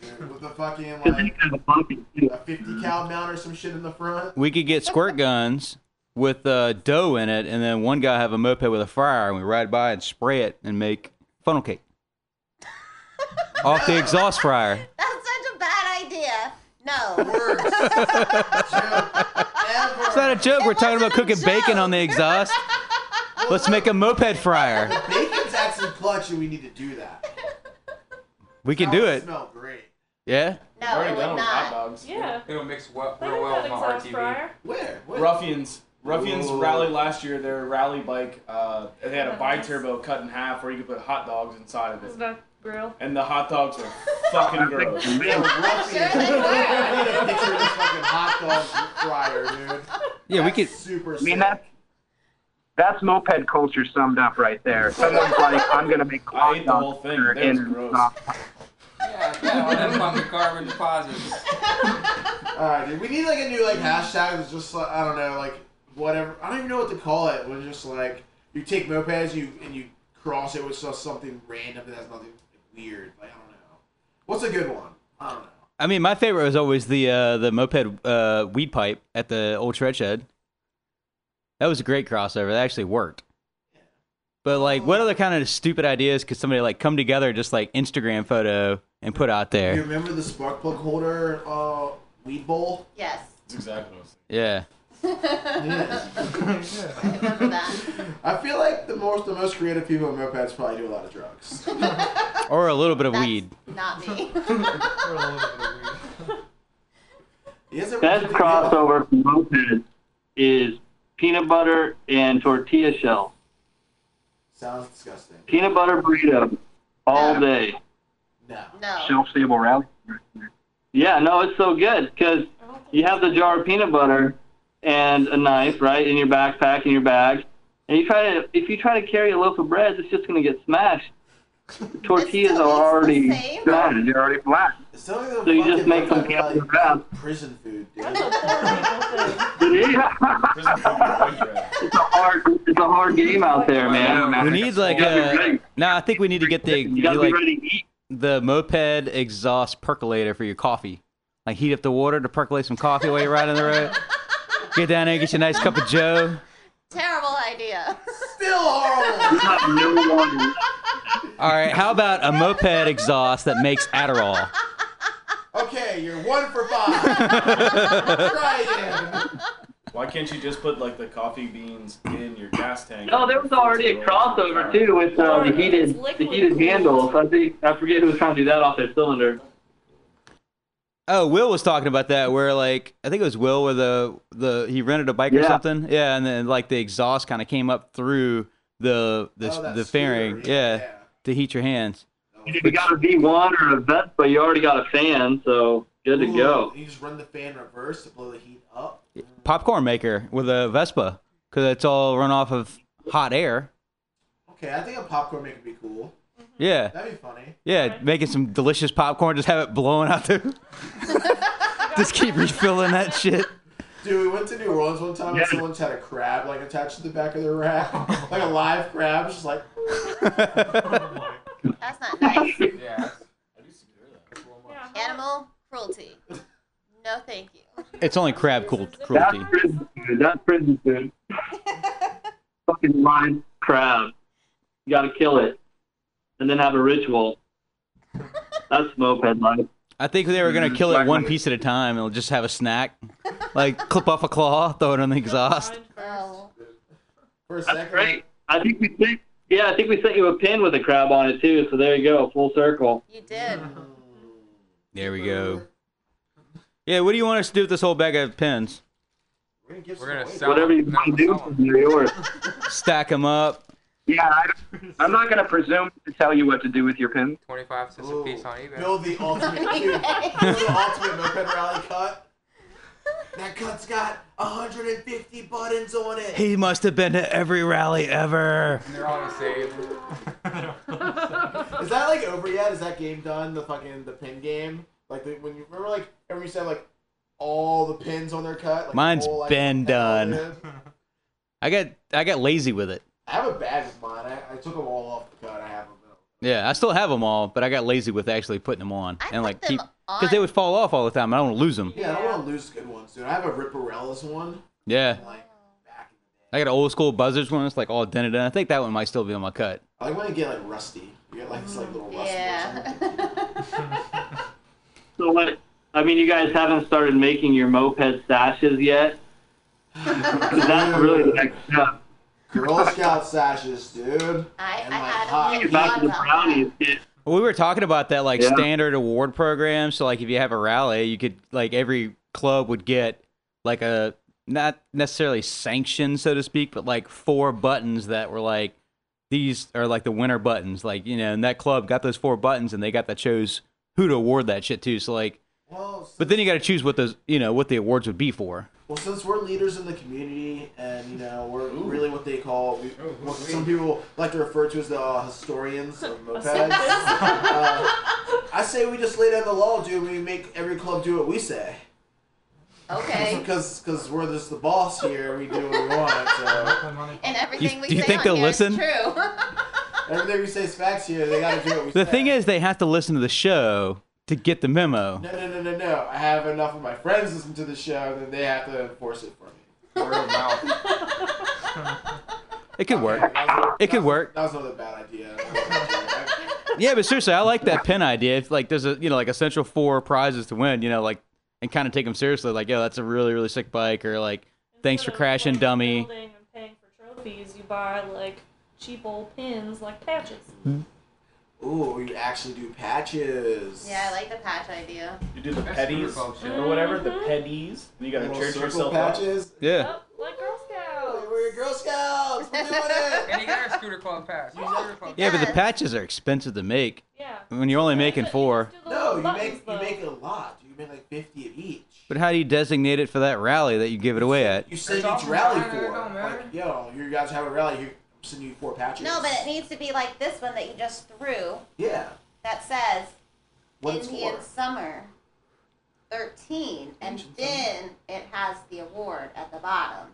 Dude, with the fucking Cause they like kind of bumpy too. a 50 cal mount or some shit in the front. We could get squirt guns with uh, dough in it, and then one guy have a moped with a fire, and we ride by and spray it and make funnel cake off the exhaust fryer. That's such a bad idea. No. Worst joke ever. It's not a joke. We're talking about wasn't a cooking bacon on the exhaust. Let's make a moped fryer. *laughs* Bacon's actually clutch, and we need to do that. *laughs* We can do it. Smell great. Yeah. No, it Already done would with hot not. dogs. Yeah. It'll mix well, They real well got with my exhaust RTV. fryer. Where? What? Ruffians. Ruffians Ooh. rallied last year. Their rally bike, uh, they had a bi-turbo cut in half where you could put hot dogs inside of It's it, not grill. and the hot dogs were *laughs* fucking gross. Yeah, I'm sure ruffians. they were. I need a *laughs* picture of this *laughs* fucking hot dog fryer, dude. Yeah, we That's could. Super I mean sick. that's that's moped culture summed up right there. Someone's like, I'm gonna make I hot ate the whole dogs thing. for That was in gross. Yeah, yeah, all them fucking carbon *laughs* deposits. Alright, dude. We need like a new like hashtag that's just like I don't know, like whatever. I don't even know what to call it. When just like you take mopeds, you and you cross it with so- something random that has nothing weird. Like I don't know. What's a good one? I don't know. I mean, my favorite was always the uh, the moped uh, weed pipe at the old shred shed. That was a great crossover. That actually worked. But like, what other kind of stupid ideas could somebody like come together, just like Instagram photo and put out You there? remember the spark plug holder uh, weed bowl? Yes. That's exactly what I was Yeah, *laughs* Remember that. *laughs* I feel like the most the most creative people on mopeds probably do a lot of *laughs* drugs. or a little bit of That's weed. Not me. Or a little bit of weed. He has a- Best crossover for mopeds is peanut butter and tortilla shell. Sounds disgusting. Peanut butter burrito all day. No. No. self stable rally. Yeah, no, it's so good because you have the jar of peanut butter and a knife, right, in your backpack, in your bag. And you try to, if you try to carry a loaf of bread, it's just going to get smashed. tortillas are already done. They're already flat. So you just make them camp in the Prison food, dude. *laughs* It's a hard, it's a hard game out there, man. We need like You gotta be a. ready. No, I think we need to get the You gotta be like ready to eat. the moped exhaust percolator for your coffee. Like heat up the water to percolate some coffee while you're riding the road. Get down there, get you a nice cup of Joe. Terrible idea. Still horrible. All right, how about a moped exhaust that makes Adderall? Okay, you're one for five. *laughs* Try Why can't you just put like the coffee beans in your gas tank? No, there was already a crossover too with uh, the heated, the heated handles. I think I forget who was trying to do that off their cylinder. *laughs* Oh, Will was talking about that where like I think it was Will where the the he rented a bike or Yeah. something. Yeah, and then like the exhaust kind of came up through the Oh, the the fairing. Yeah, To heat your hands. You either got a V1 or a Vespa. You already got a fan, so good it. to go. You just run the fan reverse to blow the heat up. Popcorn maker with a Vespa cuz it's all run off of hot air. Okay, I think a popcorn maker would be cool. Yeah. That'd be funny. Yeah, making some delicious popcorn, just have it blowing out there. *laughs* just keep refilling that shit. Dude, we went to New Orleans one time and someone's had a crab like attached to the back of their rack, *laughs* like a live crab, just like. *laughs* That's not nice. yeah. Animal cruelty. No, thank you. It's only crab cru- That's cruelty. prison food. That's prison food. Fucking live crab. You gotta kill it, and then have a ritual. That's moped life. I think they were gonna kill it one piece at a time and just have a snack, like clip off a claw, *laughs* throw it on the exhaust. That's great. I think we sent. Yeah, I think we sent you a pin with a crab on it too. So there you go, full circle. You did. There we go. Yeah, what do you want us to do with this whole bag of pins? We're gonna sell Whatever them. you want to do, *laughs* you're yours. Stack them up. Yeah, I, don't- I'm not gonna presume to tell you what to do with your pins. 25 cents a piece on eBay. Build the ultimate, dude, build the ultimate moped rally cut. That cut's got 150 buttons on it. He must have been to every rally ever. They're all the same. Is that like over yet? Is that game done? The fucking the pin game. Like the, when you remember, like every said like all the pins on their cut. Like, Mine's all, like, been done. pins. I got I got lazy with it. I have a bag of mine. I, I took them all off the cut. I have them. Yeah, I still have them all, but I got lazy with actually putting them on and like keep because they on. would fall off all the time. and I don't want to lose them. Yeah, I don't want to lose good ones, dude. I have a Ripperellas one. Yeah. I got an old school buzzards one. It's like all dented in. I think that one might still be on my cut. I like when they get like rusty. You get like this like little rust. Yeah. So what? I mean, you guys haven't started making your moped sashes yet. 'Cause that's really the next step. Girl Scout sashes, dude. I, and, I like, Think about hot. the brownies, kid. Well, we were talking about that like Yeah. standard award program. So like if you have a rally, you could like every club would get like a not necessarily sanctioned so to speak, but like four buttons that were like these are like the winner buttons. Like you know, and that club got those four buttons, and they got that chose who to award that shit to. So like, but then you got to choose what those you know what the awards would be for. Well, since we're leaders in the community, and you know we're really what they call we, what some people like to refer to as the uh, historians *laughs* of mopeds. uh, I say we just lay down the law, dude. We make every club do what we say. *laughs* Okay. Because because we're just the boss here. We do what we want. So. And everything we do you say think on they'll here is listen? True. Everything we say is facts here. They gotta do what *laughs* we The say. thing is, they have to listen to the show to get the memo. No, no, no, no, no. I have enough of my friends listen to the show that they have to enforce it for me. Word of mouth. It could work. It could work. That was another bad idea. Yeah, but seriously, I like that pin idea. If like there's a you know like a central four prizes to win, you know like and kind of take them seriously. Like yo, that's a really really sick bike, or like thanks for crashing, dummy. Building and paying for trophies, you buy like cheap old pins like patches. Ooh, you actually do patches. Yeah, I like the patch idea. You do the petties or whatever, the Mm-hmm. petties. And you gotta Little church circle yourself patches. up. Yeah. Like Girl Scouts. We're your Girl Scouts. We're doing it. *laughs* And you got a scooter club pass. Scooter club Yeah, but the patches are expensive to make. Yeah. When you're only making four, No, you make you make it a lot. dude. You make like fifty of each. but how do you designate it for that rally that you give it away at? You send each rally for. it. Like, yo, you guys have a rally. Here, send you four patches. No, but it needs to be like this one that you just threw yeah, that says What it's Indian for. Summer 13, and then it has the award at the bottom.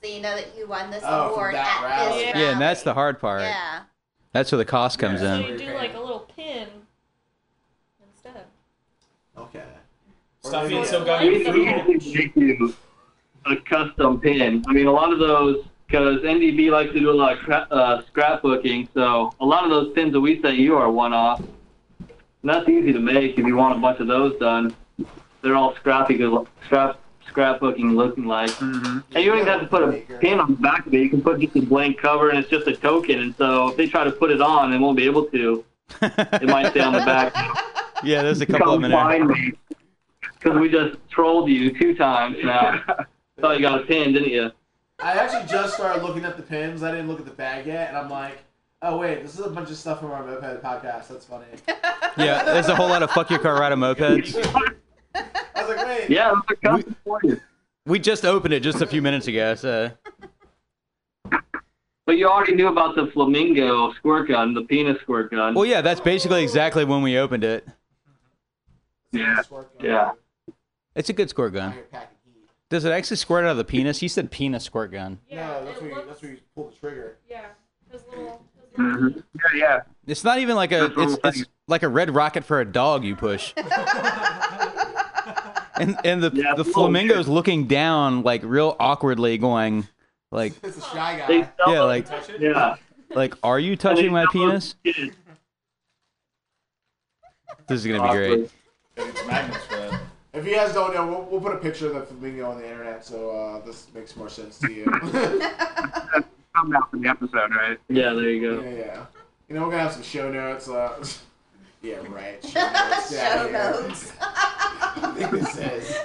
So you know that you won this Oh, from award that at rally. this Yeah. rally. Yeah, and that's the hard part. Yeah. That's where the cost comes So in. you do like a little pin instead. Okay. Stop maybe- being so We, we goddamn. can make you a custom pin. I mean, a lot of those, because NDB likes to do a lot of cra- uh, scrapbooking, so a lot of those pins that we sent you are one off. And that's easy to make if you want a bunch of those done. They're all scrappy, scrap, scrapbooking looking like. And you don't even have to put a pin on the back of it. You can put just a blank cover and it's just a token. And so if they try to put it on, they won't be able to. It might stay on the back. Yeah, there's a couple of them in there. Because we just trolled you two times *laughs* now. Thought you got a pin, didn't you? I actually just started looking at the pins. I didn't look at the bag yet, and I'm like, oh wait, this is a bunch of stuff from our moped podcast. That's funny. Yeah, there's a whole lot of fuck your car ride of mopeds. I was *laughs* like, wait. Yeah, those are custom for you. We just opened it just a few minutes ago, so But you already knew about the flamingo squirt gun, the penis squirt gun. well, yeah, that's basically exactly when we opened it. yeah. *laughs* Yeah. It's a good squirt gun. Does it actually squirt out of the penis? He said penis squirt gun. no, that's where, you, that's where you pull the trigger. Yeah. His little. Mm-hmm. Yeah, yeah. It's not even like a it's, it's like a red rocket for a dog you push. and and the the it's a little flamingo's looking down like real awkwardly going like It's a shy guy. They sell yeah those- like yeah. like are you touching my penis? This is going to be great. It's magnets for that. If you guys don't know, we'll, we'll put a picture of the flamingo on the internet, so uh, this makes more sense *laughs* to you. Come out from the episode, right? Yeah, there you go. yeah, yeah. You know, we're gonna have some show notes. Uh, *laughs* yeah, *laughs* right. Show notes. yeah, Show yeah. notes. I think this is.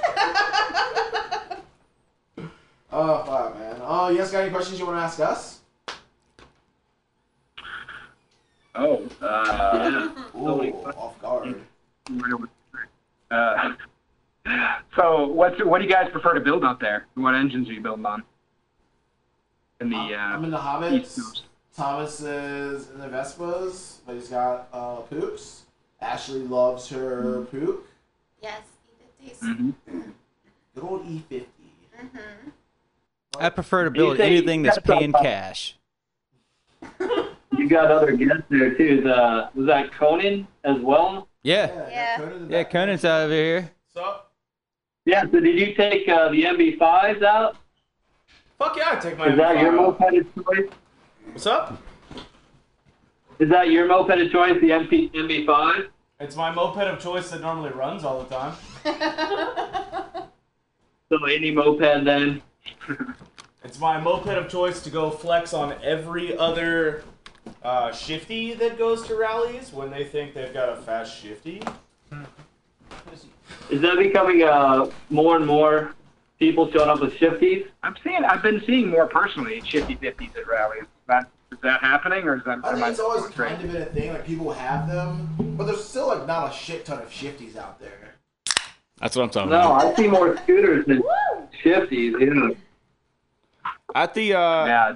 Oh fuck, man. Oh, you guys got any questions you want to ask us? Oh, *laughs* uh, Ooh, off guard. *laughs* uh, so what's what do you guys prefer to build out there? What engines are you building on? In the uh, I'm in the East Hobbits. Coast. Thomas is in the Vespas, but he's got uh, poops. Ashley loves her poop. Yes, you did these. Mm-hmm. Good old E E50. I prefer to build anything that's paying cash. You got other guests there too. The, was that Conan as well? Yeah. Yeah. Yeah, Conan's out over *laughs* here. So, Yeah. So did you take uh, the MB5s out? fuck yeah, I take my. Is that your MB5. moped of choice? What's up? Is that your moped of choice, the MP, MB5? It's my moped of choice that normally runs all the time. So any moped then? It's my moped of choice to go flex on every other uh, shifty that goes to rallies when they think they've got a fast shifty. Is that becoming uh, more and more people showing up with shifties? I'm seeing. I've been seeing more personally shifty fifties at rallies. Is that is that happening, or is that? I am think I it's always going kind crazy? of been a thing. Like people have them, but there's still like not a shit ton of shifties out there. That's what I'm talking No, about. I see more scooters than shifties. Yeah. At the uh,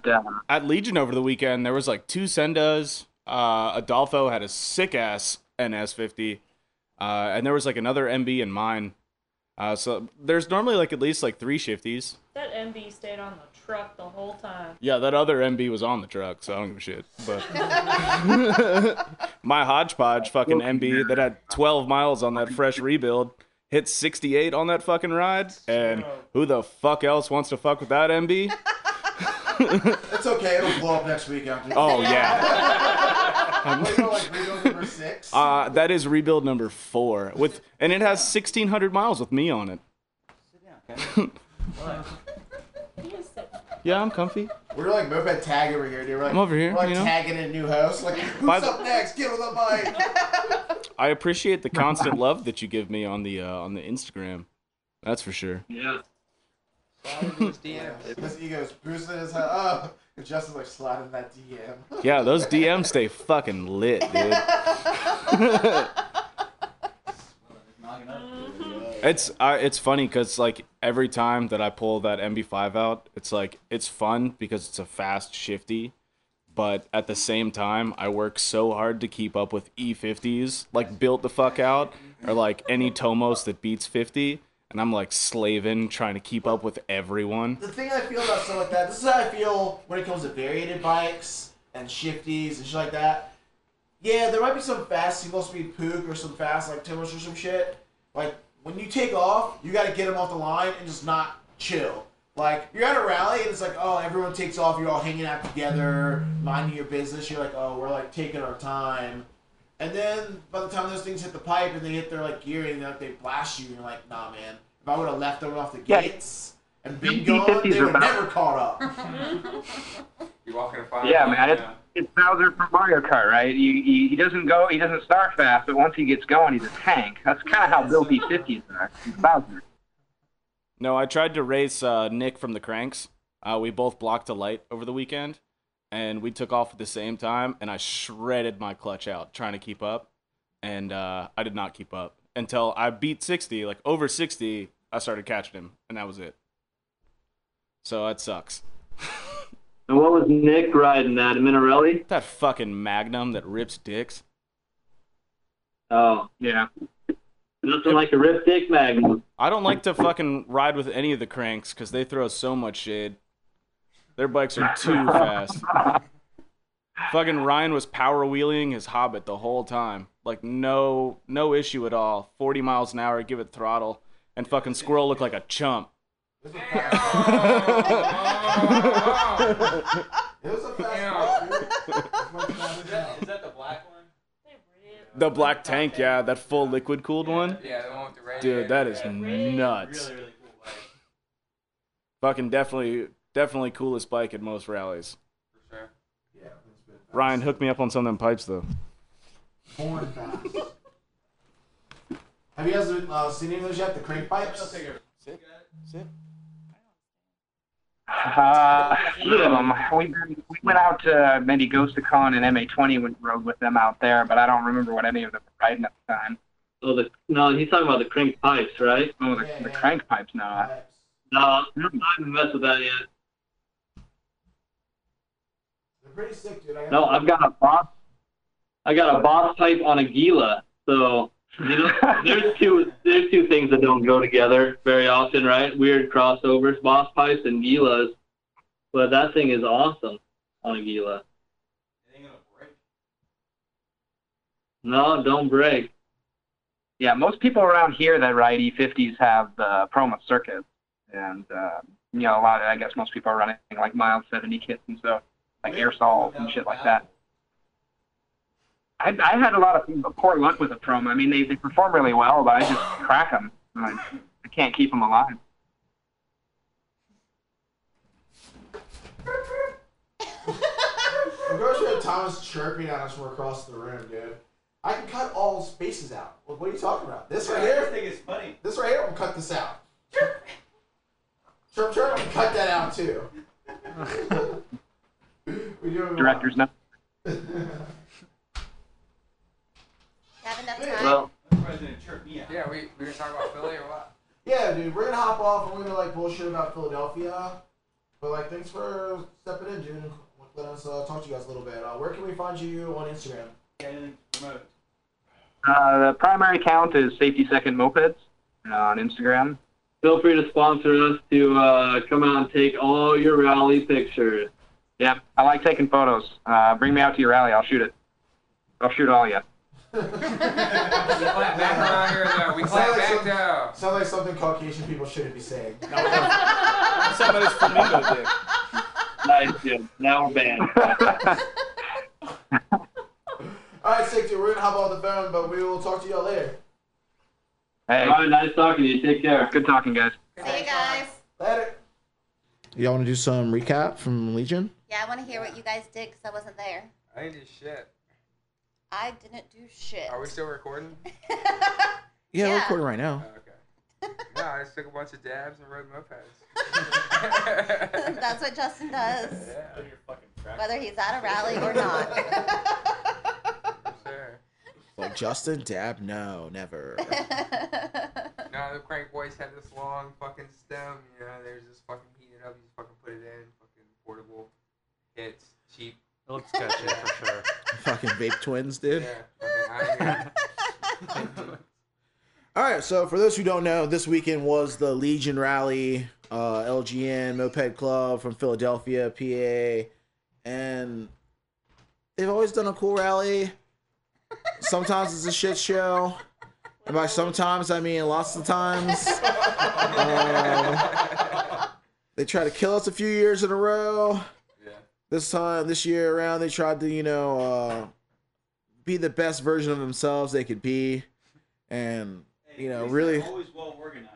at Legion over the weekend, there was like two sendas. Uh, Adolfo had a sick ass NS50, uh, and there was like another MB in mine. Uh, so there's normally like at least like three shifties. That MB stayed on the truck the whole time. Yeah, that other MB was on the truck, so I don't give a shit. But *laughs* my hodgepodge fucking MB that had 12 miles on that fresh rebuild hit 68 on that fucking ride, and who the fuck else wants to fuck with that MB? It's okay. It'll blow up next week after. Oh, yeah. *laughs* What do you know, like rebuild number six. Uh, that is rebuild number four with, and it has 1,600 miles with me on it. *laughs* Yeah, I'm comfy. We're like moped tag over here, dude. We're like, I'm over here, We're like you know? tagging in new house. Like who's By the- up next? Get on the bike. I appreciate the constant love that you give me on the uh, on the Instagram. That's for sure. Yeah. His ego's boosting his head up. And Oh, Justin's like sliding that DM. Yeah, those DMs stay fucking lit, dude. *laughs* It's I, it's funny because like every time that I pull that MB5 out, it's like it's fun because it's a fast shifty, but at the same time, I work so hard to keep up with E50s, like built the fuck out, or like any Tomos that beats 50, and I'm like slaving trying to keep up with everyone. The thing I feel about stuff like that, this is how I feel when it comes to variated bikes and shifties and shit like that. Yeah, there might be some fast supposed to be Pook or some fast like Timush or some shit. Like when you take off, you got to get them off the line and just not chill. Like you're at a rally and it's like, oh, everyone takes off. You're all hanging out together, minding your business. You're like, oh, we're like taking our time. And then by the time those things hit the pipe and they hit their like gear and like, they blast you, and you're like, nah, man. If I would have left them off the Yeah. gates and been BT-50s gone, they are would about- never caught up. You walking a fire. Yeah, man, it's, it's Bowser from Mario Kart, right? You, you, he doesn't go, he doesn't start fast, but once he gets going, he's a tank. That's kind of how built E50s are. He's Bowser. No, I tried to race uh, Nick from the Cranks. Uh, we both blocked a light over the weekend, and we took off at the same time. And I shredded my clutch out trying to keep up, and uh, I did not keep up until I beat sixty, like over sixty. I started catching him, and that was it. So that sucks. And what was Nick riding that Minarelli? That fucking Magnum that rips dicks. Oh, yeah. Nothing like a rip dick magnum. I don't like to fucking ride with any of the cranks because they throw so much shade. Their bikes are too fast. Fucking Ryan was power wheeling his Hobbit the whole time, like no no issue at all. Forty miles an hour, give it throttle, and fucking Squirrel looked like a chump. *laughs* Is that the black one? The black tank, yeah, that full liquid cooled one. Yeah, the one with the red. Dude, that is nuts. Really, really cool. Fucking definitely, definitely coolest bike at most rallies. sure. Yeah. Ryan, hook me up on some of them pipes though. Born fast. Have you guys uh, seen any of those yet? The crank pipes? Sit. Sit. Uh, a few of them. We, we went out to uh, maybe Ghostacon and MA20 went rode with them out there, but I don't remember what any of them were riding at the time. Oh, the no, he's talking about the crank pipes, right? Oh, the, the crank pipes now. No, I haven't messed with that yet. They're pretty sick, dude. I No, I've got a boss. I got a boss pipe on a Gila. So you *laughs* know, there's two there's two things that don't go together very often, right? Weird crossovers, boss pipes and Gilas. But that thing is awesome on a Gila. No, don't break. Yeah, most people around here that ride E50s have the Proma circuits, and uh, you know a lot. Of, I guess most people are running like mild 70 kits and stuff, like air stalls and shit like that. I, I had a lot of poor luck with the Proma. I mean, they, they perform really well, but I just crack them. Like, I can't keep them alive. I'm pretty sure Thomas chirping at us from across the room, dude. I can cut all spaces out. What, what are you talking about? This right here? thing is funny. This right here, I'm gonna cut this out. Chirp, chirp, I'm gonna cut that out too. we do it Directors know. Have enough time. Well, Yeah, we, we were talking about Philly or *laughs* what? Yeah, dude, we're gonna hop off and we're gonna like bullshit about Philadelphia. But like, thanks for stepping in, dude. and Let us uh, talk to you guys a little bit. Uh, where can we find you on Instagram? Uh, the primary count is safety second mopeds uh, on Instagram. Feel free to sponsor us to uh, come out and take all your rally pictures. Yeah, I like taking photos. Uh, bring me out to your rally. I'll shoot it. I'll shoot all of you. Clap *laughs* back around here though. We Sounds clap like back some- though. Sounds like something Caucasian people shouldn't be saying. Somebody's flamingo dick. *laughs* Nice, dude. Now we're banned. All right, sick dude. We're gonna hop on the phone, but we will talk to y'all later. Hey. All right, nice talking to you. Take care. Good talking, guys. See you guys. Later. Y'all want to do some recap from Legion? Yeah, I want to hear what you guys did because I wasn't there. I ain't do shit. I didn't do shit. Are we still recording? Yeah, Yeah. we're recording right *laughs* now. No, I just took a bunch of dabs and rode mopeds. *laughs* That's what *laughs* Justin does, Yeah. whether he's at a rally or *laughs* not. *laughs* Sure. Like Justin Dab, no, never. No, the crank boys had this long fucking stem, you know, they was just fucking heating up, you just fucking put it in, fucking portable, hits, cheap, It looks sketchy Oh, for *laughs* sure. Fucking vape twins, dude. Yeah. *laughs* All right, so for those who don't know, this weekend was the Legion Rally, uh, LGN Moped Club from Philadelphia, PA, and they've always done a cool rally. Sometimes it's a shit show, and by sometimes I mean lots of times. Um, they tried to kill us a few years in a row. This time, this year around, they tried to, you know, uh, be the best version of themselves they could be, and you know, really. Always well organized.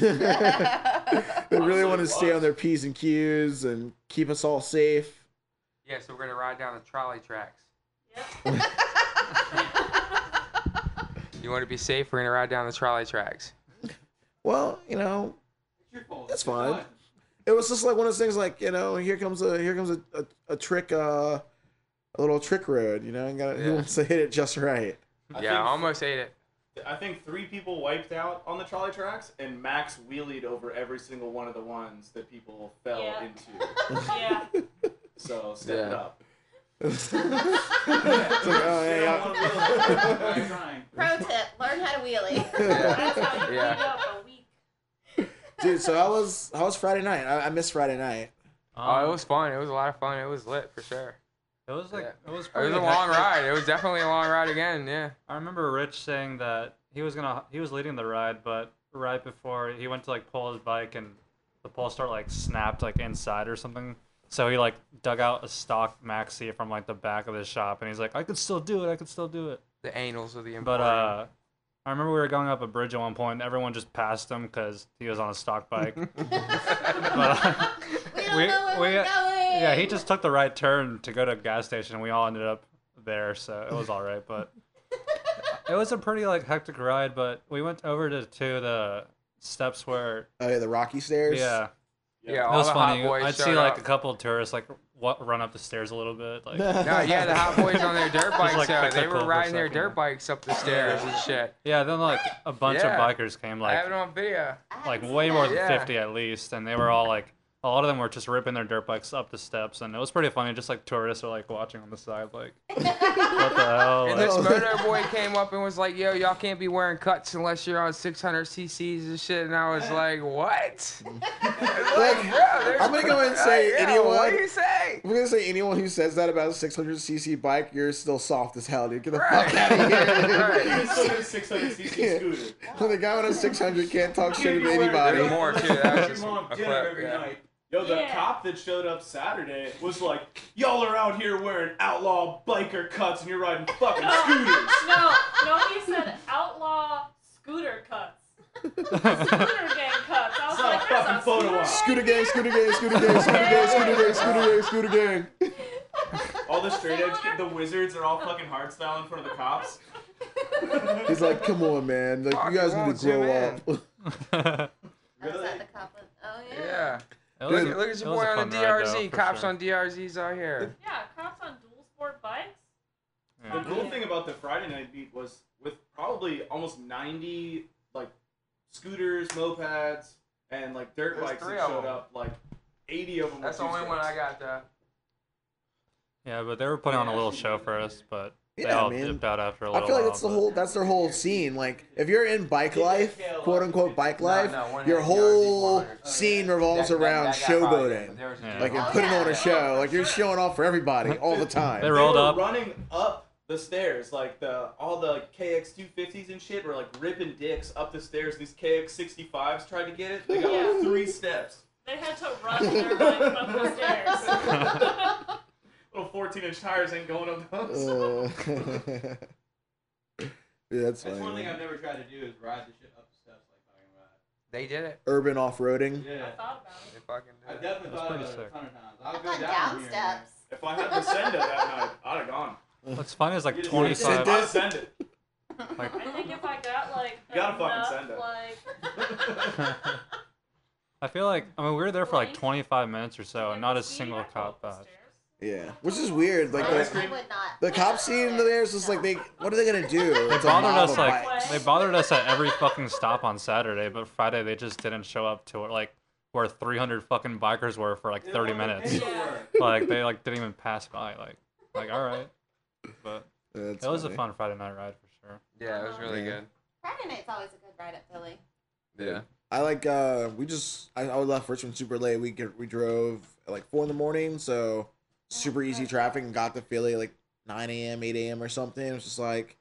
*laughs* they really want to stay on their P's and Q's and keep us all safe. Yeah, so we're gonna ride down the trolley tracks. *laughs* you want to be safe? We're gonna ride down the trolley tracks. Well, you know, that's fine. It was just like one of those things, like you know, here comes a here comes a, a, a trick, uh, a little trick road, you know, and got who *laughs* Yeah. wants to hit it just right. yeah, I almost ate it. I think three people wiped out on the trolley tracks, and Max wheelied over every single one of the ones that people fell into. Yeah. So step it *laughs* Yeah. up. It's like, oh, hey, I- Pro tip: learn how to *laughs* wheelie. Yeah. Dude, so how was how was Friday night? I, I missed Friday night. oh, it was fun. It was a lot of fun. It was lit for sure. Um, It was like it was. It was Pretty a long hectic. ride. It was definitely a long ride again. Yeah. I remember Rich saying that he was gonna he was leading the ride, but right before he went to like pull his bike and the pole start like snapped like inside or something. So he like dug out a stock maxi from like the back of his shop and he's like, I could still do it, I could still do it. The anals of the But Emporium. uh, I remember we were going up a bridge at one point and everyone just passed him because he was on a stock *laughs* bike. but, uh, we don't know where we're going. yeah, he just took the right turn to go to a gas station, and we all ended up there, so it was all right. *laughs* But it was a pretty like hectic ride. But we went over to to the steps where Oh yeah, the Rocky stairs. yeah, Yeah, That all was the hot funny. boys I'd see showed like up. a couple of tourists like wa- run up the stairs a little bit. Like no, yeah, the hot boys on their dirt *laughs* Just, bikes. like, though, click, they click, click were for a riding their second. dirt bikes up the stairs and shit. Yeah, then like a bunch Yeah. of bikers came I like have it on video. like way more than Yeah. 50 at least and they were all like a lot of them were just ripping their dirt bikes up the steps and it was pretty funny just like tourists are like watching on the side like what the hell And like- *laughs* Oh. this *laughs* moto boy came up and was like, "Yo, y'all can't be wearing cuts unless you're on 600 cc's and shit." And I was like, "What?" I'm gonna go ahead and say *laughs* Yeah, anyone. what do you say? I'm gonna say anyone who says that about a 600cc bike, you're still soft as hell, dude. Get the fuck out *laughs* of *laughs* here. It's still a 600 cc scooter. When the guy on a 600 can't talk shit to You're wearing anybody. it. More, too. That was Your just mom dinner a clip, every yeah. night. Yo, the cop that showed up Saturday was like, "Y'all are out here wearing outlaw biker cuts, and you're riding fucking scooters." No, no, he said outlaw scooter cuts. *laughs* scooter gang cuts. I was It's not a like, there's fucking a photo scooter. op. Scooter gang, scooter gang, scooter gang, scooter gang, scooter *laughs* gang, scooter gang, scooter gang. All the straight edge, kid, the wizards are all fucking hardstyle in front of the cops. He's like, come on, man. Like, you guys need to grow up. *laughs* Oh yeah. Yeah. It Look, was- at- look at it your was boy a on the fun ride, though, DRZ. for Cops sure. on DRZs out here. Yeah, cops on dual sport bikes. The cool thing about the Friday night beat was with probably almost 90 like scooters, mopeds, and like dirt There's bikes that three of showed them. up. Like 80 of them. That's the only one I got though. yeah but they were putting on a little show for us but they Yeah, all man. dipped out after a I little feel like while, that's the but- whole that's their whole scene. Like if you're in bike life, quote unquote bike life, no, one your hand whole scene revolves That- that- around that guy probably did, but showboating. there was a Yeah. Like and Oh, putting yeah. on a show. Like you're showing off for everybody all the time. They rolled were *laughs* up. running up the stairs, like the all the KX 250s and shit were like ripping dicks up the stairs. These KX 65s tried to get it. They got like three steps. They had to *laughs* run their bike up the stairs. Little 14 inch tires ain't going up those. Uh, yeah, that's That's one funny. thing I've man. never tried to do is ride the shit up the steps like fucking ride. They did it. Urban off roading. Yeah. I thought about They fucking I did it. That's definitely thought about pretty it a sick. ton of times. I'll I've go gone down, down here and there. steps. If I had Resenda that night, I'd have gone. what's funny is like You just- 25 I'd send it. I think if I got like You gotta fucking enough, send it. *laughs* like *laughs* i feel like i mean we were there for like 25 minutes or so and not a single cop passed Yeah, which is weird. Like I the, would not. the cop scene there is just like they. What are they gonna do? They It's a bothered mob us of like bikes. they bothered us at every fucking stop on Saturday, but Friday they just didn't show up to like where *laughs* 300 fucking bikers were for like 30 minutes. Like they like didn't even pass by. Like Like, all right, but That's it was a funny. fun Friday night ride for sure. Yeah, it was really Yeah. good. Friday night's always a good ride at Philly. Yeah. I like uh we just I, I left Richmond super late. We get we drove at like four in the morning, Oh, so super easy traffic and got to Philly like nine AM, eight AM or something. It was just like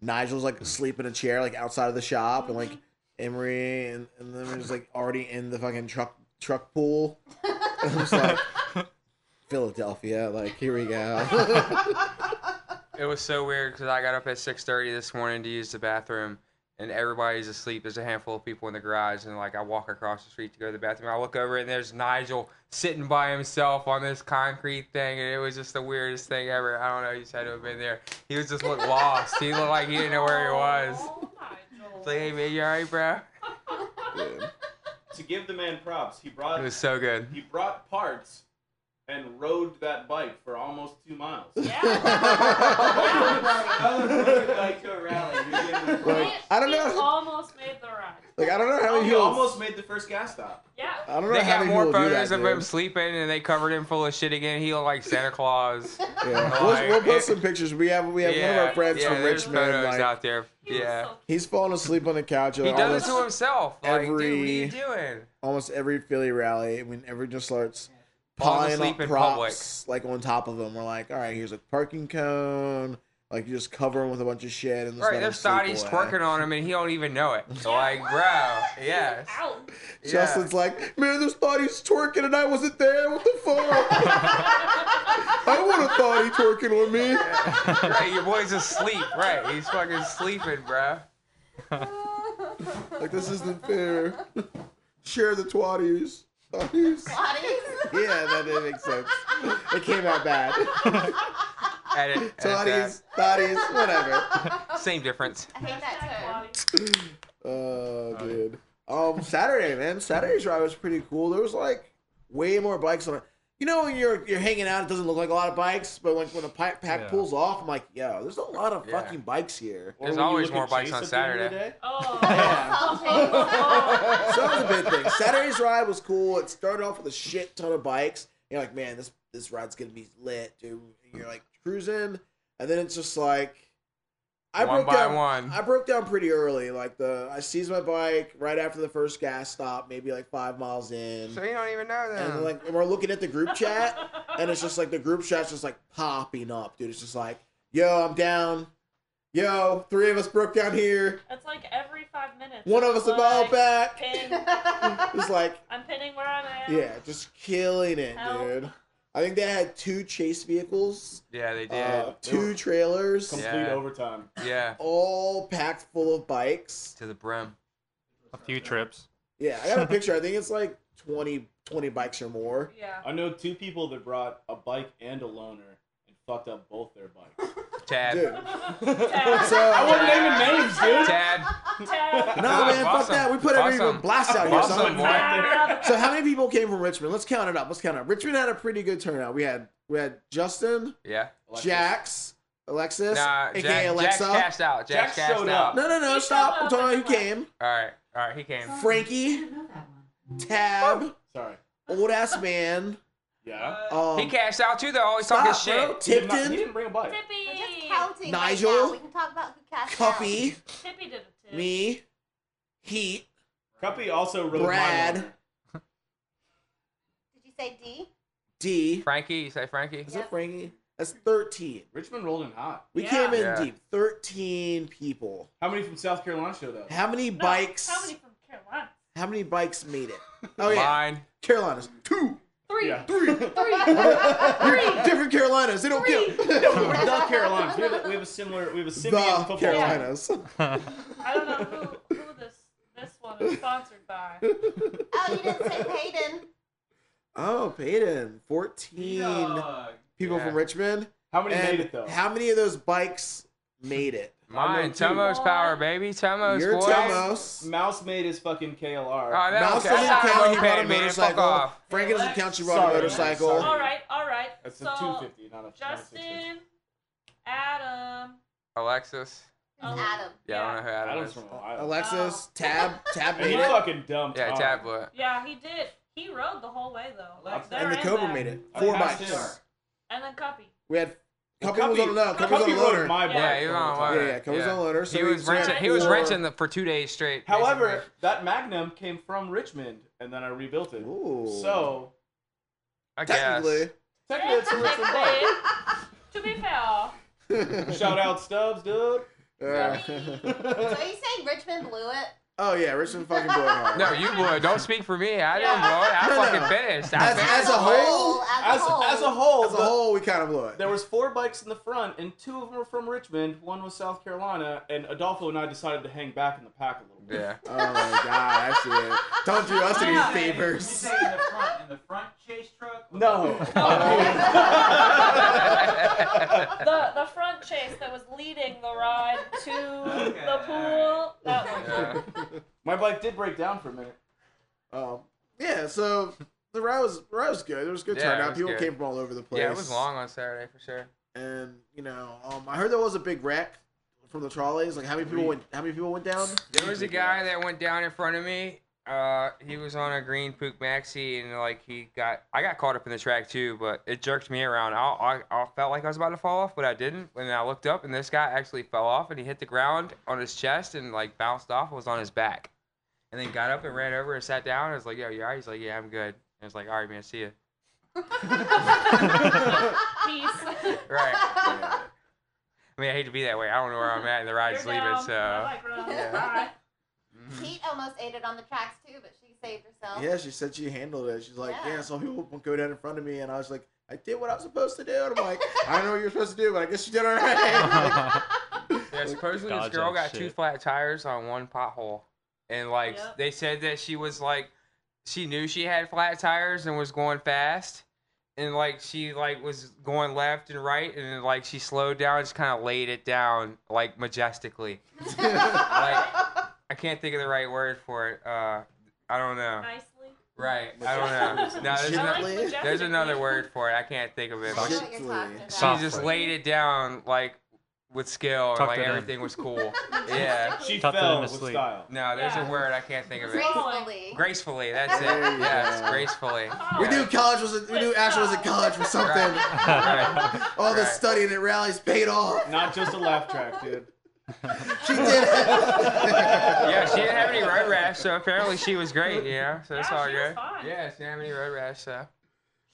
Nigel's like asleep in a chair like outside of the shop and Mm-hmm. like Emery and, and then was like already in the fucking truck truck *laughs* pool. *laughs* It was like Philadelphia, like here we *laughs* go. It was so weird because I got up at 6:30 this morning to use the bathroom, and everybody's asleep. There's a handful of people in the garage, and like I walk across the street to go to the bathroom. I look over, and there's Nigel sitting by himself on this concrete thing, and it was just the weirdest thing ever. I don't know. You just had to have been there. He was just looked lost. He looked like he didn't know where he was. It's like, hey man, you alright, *laughs* bro? to give the man props, he brought It was so good. he brought parts and rode that bike for almost two miles. *laughs* Yeah. bike to a rally. You're getting- like I don't He know almost made the ride. like I don't know how Oh, he people- almost made the first gas stop. Yeah. I don't know They how got many more people do that, photos of him dude. sleeping, and they covered him full of shit again. He looked like Santa Claus. *laughs* Yeah. We'll, Like, we'll post some pictures. We have we have one of our friends yeah, from there's Richmond. Photos Like, out there. Yeah. He's falling asleep on the couch. He does it to himself. Like, dude, what are you doing? Almost every Philly rally, when everyone just starts Falls piling up asleep in props like on top of them. We're like, all right, here's a parking cone. Like you just cover him with a bunch of shit and just Right, let him there's sleep Sadi's away. twerking on him and he don't even know it. Like, bro, yes. *laughs* Justin's like, man, this thought he's twerking and I wasn't there. What the *laughs* fuck? I would have thought he twerking on *laughs* me. right, your boy's asleep. Right, he's fucking sleeping, bro. Like this isn't fair. *laughs* Share the twatties. Twatties. Yeah, that didn't make sense. It came out *laughs* bad. Edit, edit Twatties, thotties, whatever. *laughs* that. Same difference. I hate that term. Oh, dude. Um, Saturday, man. Saturday's ride was pretty cool. There was like way more bikes on it. You know, when you're you're hanging out, it doesn't look like a lot of bikes, but like when a pack, pack Yeah. pulls off, I'm like, yo, there's a lot of Yeah. fucking bikes here. There's always more bikes on Saturday. Oh. *laughs* *laughs* so that was a big thing. Saturday's ride was cool. It started off with a shit ton of bikes. You're like, man, this this ride's gonna be lit, dude. And you're like cruising, and then it's just like I One broke by down, one. I broke down pretty early. Like the I seized my bike right after the first gas stop, maybe like five miles in. So you don't even know and then, them. like and we're looking at the group chat, and it's just like the group chat's just like popping up, dude. It's just like, yo, I'm down. Yo, three of us broke down here. It's like every five minutes. One of us a mile Like, back. Pin. *laughs* It's like I'm pinning where I'm at. Yeah, just killing it, Help. dude. I think they had two chase vehicles, Yeah, they did. uh, two trailers, Complete Yeah. overtime. Yeah, all packed full of bikes. to the brim. A few trips. Yeah, I got a picture. I think it's like 20, 20 bikes or *laughs* more. Yeah. I know two people that brought a bike and a loner and fucked up both their bikes. Tad. Dude. Tad. So I wasn't naming Tad. names, dude. Tad. Tad. No Nah, man, boss fuck that. him. We put Boss everyone him. blast out here. Boss him, Son. boy. So how many people came from Richmond? Let's count it up. Let's count it up. Richmond had a pretty good turnout. We had we had Justin, Yeah. Jax, Alexis, Nah, aka Jack, Alexa. Jack's cashed out. Jack's Jack cashed showed out. No, no, no, stop. I'm talking about who came. All right, all right, he came. Frankie, Tab, Oh, Sorry. old ass man. Yeah. Um, he cashed out too, though. Always stop, talking bro. shit. He did not- he Tipton, didn't bring a bike. We're Tippy. just counting. Right Nigel. now. We can talk about who cashed Cuppy, Tippy did a tip. me, Heat, Cuppy also rode Brad. my loner. Out. Did you say D? D. Frankie, you say Frankie? Is that Frankie? That's 13. Richmond rolled in hot. We Yeah. came in Yeah. *laughs* deep. 13 people. How many from South Carolina showed up? How many No, bikes? How many from Carolina? how many bikes made it? Oh yeah, Mine. Carolinas. Two, Three. Yeah. three, Three. different Carolinas. They don't Three. *laughs* count. South Carolina. We have, a, we have a similar. We have a The simian football. team. *laughs* Carolinas. *laughs* I don't know who, who this this one is sponsored by. Oh, you didn't say Hayden. Oh, Peyton, 14 people Yeah. from Richmond. How many And made it though? How many of those bikes made it? I know Mine, two. Tomo's power, baby. Tomo's Your boy. Tomos. Mouse made his fucking KLR. Oh, that Mouse okay. doesn't That's not count. He a brought a moped, man. Fuck motorcycle. off. Frankie doesn't count. She brought Sorry, a man. motorcycle. Sorry. All right, all right. That's so a 250, not a not Justin, Adam, Alexis. Oh. Adam. Yeah, I don't know a who 650. Adam's Adam, is. from Ohio. Alexis, *laughs* Tab, Tab And made you it. fucking dumb. Yeah, Tom. tablet. yeah, he did. He rode the whole way though. And the Cobra made it. Four I passed bikes. him. And then Cuppy. We had Cuppy, was on no, Cuppy, was on Cuppy loaner. rode my bike. Yeah, he was on loaner. Yeah, yeah, Cuppy was on loaner. So he was ran renting. He was for- renting the, for two days straight. However, that Magnum came from Richmond, and then I rebuilt it. So I technically, technically it's a Richmond bike. to be fair. Shout out Stubbs, dude. *laughs* so you saying Richmond blew it? oh yeah, Richmond fucking blowing hard. No, you blew it. Don't speak for me. I didn't blow it. I No, no. fucking finished. I As, finished. as a whole, As, as a whole, as a the- whole, we kind of blew it. there was four bikes in the front, and two of them were from Richmond. One was South Carolina, and Adolfo and I decided to hang back in the pack a little bit. Yeah. Oh my god, that's it. Don't do us *laughs* any Yeah. favors. in the front, in the front chase truck. *laughs* No. Oh. The the front chase that was leading the ride to the pool. *laughs* That one. My bike did break down for a minute. Um, yeah, so the ride was ride was good. There was good Yeah, it turnout. was People good. came from all over the place. Yeah, it was long on Saturday for sure. And you know, um, I heard there was a big wreck from the trolleys. Like how many people went? How many people went down? There was a guy that went down in front of me. Uh, he was on a green Pook Maxi, and like he got, I got caught up in the track too, but it jerked me around. I, I, I felt like I was about to fall off, but I didn't. And I looked up, and this guy actually fell off, and he hit the ground on his chest, and like bounced off, and was on his back, and then got up and ran over and sat down. And I was like, "Yo, you alright?" He's like, "Yeah, I'm good." And I was like, "All right, man, see ya." Peace. Right. I mean, I hate to be that way. I don't know where I'm at, and the ride's You're leaving, down. so. I like run. Bye. Pete almost ate it on the tracks too, but she saved herself. Yeah, she said she handled it. She's like, Yeah. yeah, some people won't go down in front of me, and I was like, I did what I was supposed to do. And *laughs* I'm like, I don't know what you're supposed to do, but I guess you did all right. Yeah, supposedly this dodge girl that got two shit. flat tires on one pothole, and like Yep. they said that she was like, she knew she had flat tires and was going fast, and like she like was going left and right, and then, like she slowed down, just kind of laid it down like majestically. like, I can't think of the right word for it. Uh, I don't know. Nicely. Right, I *laughs* don't know. No, there's, I like ano- there's majestically. another word for it. I can't think of it. but she- she Softly. just laid it down like with skill, and Tucked like it in. everything was cool. Yeah, She Tucked it fell in to with sleep. style. No, there's Yeah. a word I can't think of it. Gracefully. Gracefully, that's it. There you Yes, go. gracefully. we knew college was a, we knew Asher was in college for something. All the Right. studying at rallies paid off. Not just a laugh track, dude. She *laughs* did it. *laughs* yeah, she didn't have any road rash, so apparently she was great. Yeah, so that's all she good. was fine. Yeah, she didn't have any road rash. So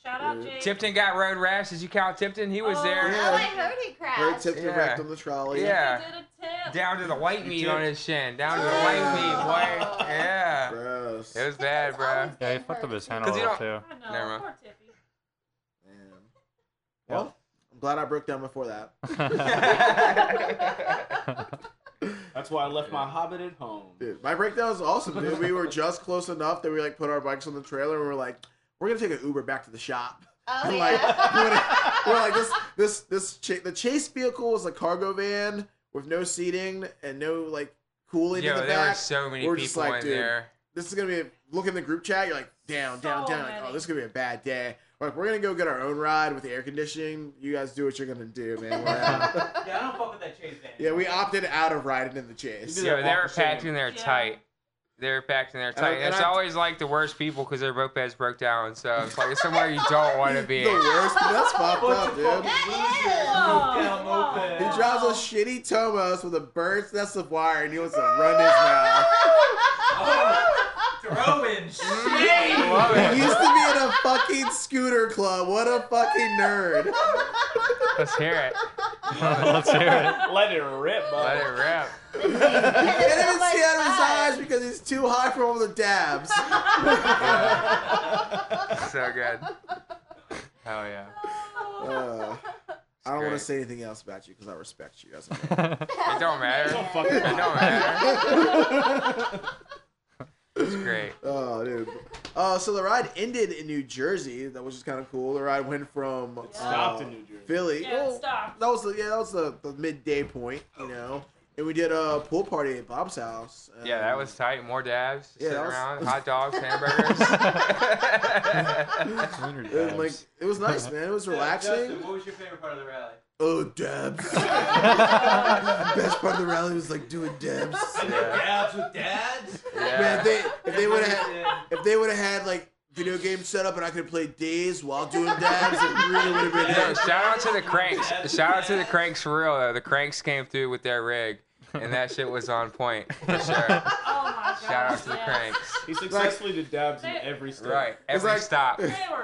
Shout out Jake. Tipton got road rash. Did you count Tipton? He was there. Oh, I heard he crashed. Her tipped and Yeah. wrecked on the trolley. Yeah. Did a tip. Down to the white meat did. on his shin. Down to the white meat, boy. Yeah. It was bad, bro. Yeah, he fucked up his hand a 'Cause you little too. don't- No, Never mind. poor Tippy. Well, I'm glad I broke down before that. *laughs* That's why I left my Hobbit at home. Dude, my breakdown was awesome, dude. We were just close enough that we like put our bikes on the trailer and we are like, we're gonna take an Uber back to the shop. Oh, And, yeah. like, we're like this this this cha- the chase vehicle was a cargo van with no seating and no like cooling Yo, in the there were back. so many We're people just like, in dude, there. this is gonna be. A, look in the group chat. You're like, down, down, So down. Like, oh, many. this is gonna be a bad day. We're like, we're gonna go get our own ride with the air conditioning. You guys do what you're gonna do, man. *laughs* We're out. Yeah, I don't fuck with *laughs* that chase van. yeah, we opted out of riding in the chase. Yo, they were packed in there tight. They were packed in there And I- tight. and it's I- always like the worst people because their rope beds broke down. So it's like it's somewhere you don't want to be. The worst. That's fucked up, dude. He drives a shitty Tomos with a bird's nest of wire, and he wants to run his mouth. Throwing *laughs* *laughs* Love it. He used to be in a fucking scooter club. What a fucking nerd. Let's *laughs* hear it. Let's hear it. Let it rip, bud. Let it rip. You can't even see out of his eyes because he's too high for all the dabs. *laughs* So good. *laughs* Hell yeah. Uh, I don't want to great. say anything else about you because I respect you *laughs* as a man. It don't matter. Don't fucking it *laughs* don't matter. it's great. Oh, dude. Uh, so the ride ended in New Jersey. That was just kind of cool. The ride went from it stopped in New Jersey. Philly. Yeah, it stopped. That was the yeah. That was the, the midday point, you know. And we did a pool party at Bob's house. Yeah, that was tight. More dabs, Um, Yeah, that was- sitting around, *laughs* hot dogs, hamburgers. *laughs* It was, like it was nice, man. It *laughs* was relaxing. Justin, what was your favorite part of the rally? Oh, dabs. *laughs* Best part of the rally was like doing dabs. Dabs with dads? Man, if they if they would have if they would have had like video game setup and I could have played days while doing dabs. It really would have been No, it. shout out to the cranks. Shout out to the cranks for real though. The cranks came through with their rig, and that shit was on *laughs* point for sure. Shout out to the cranks. He successfully did dabs in every state. Right, It's every *laughs* stop.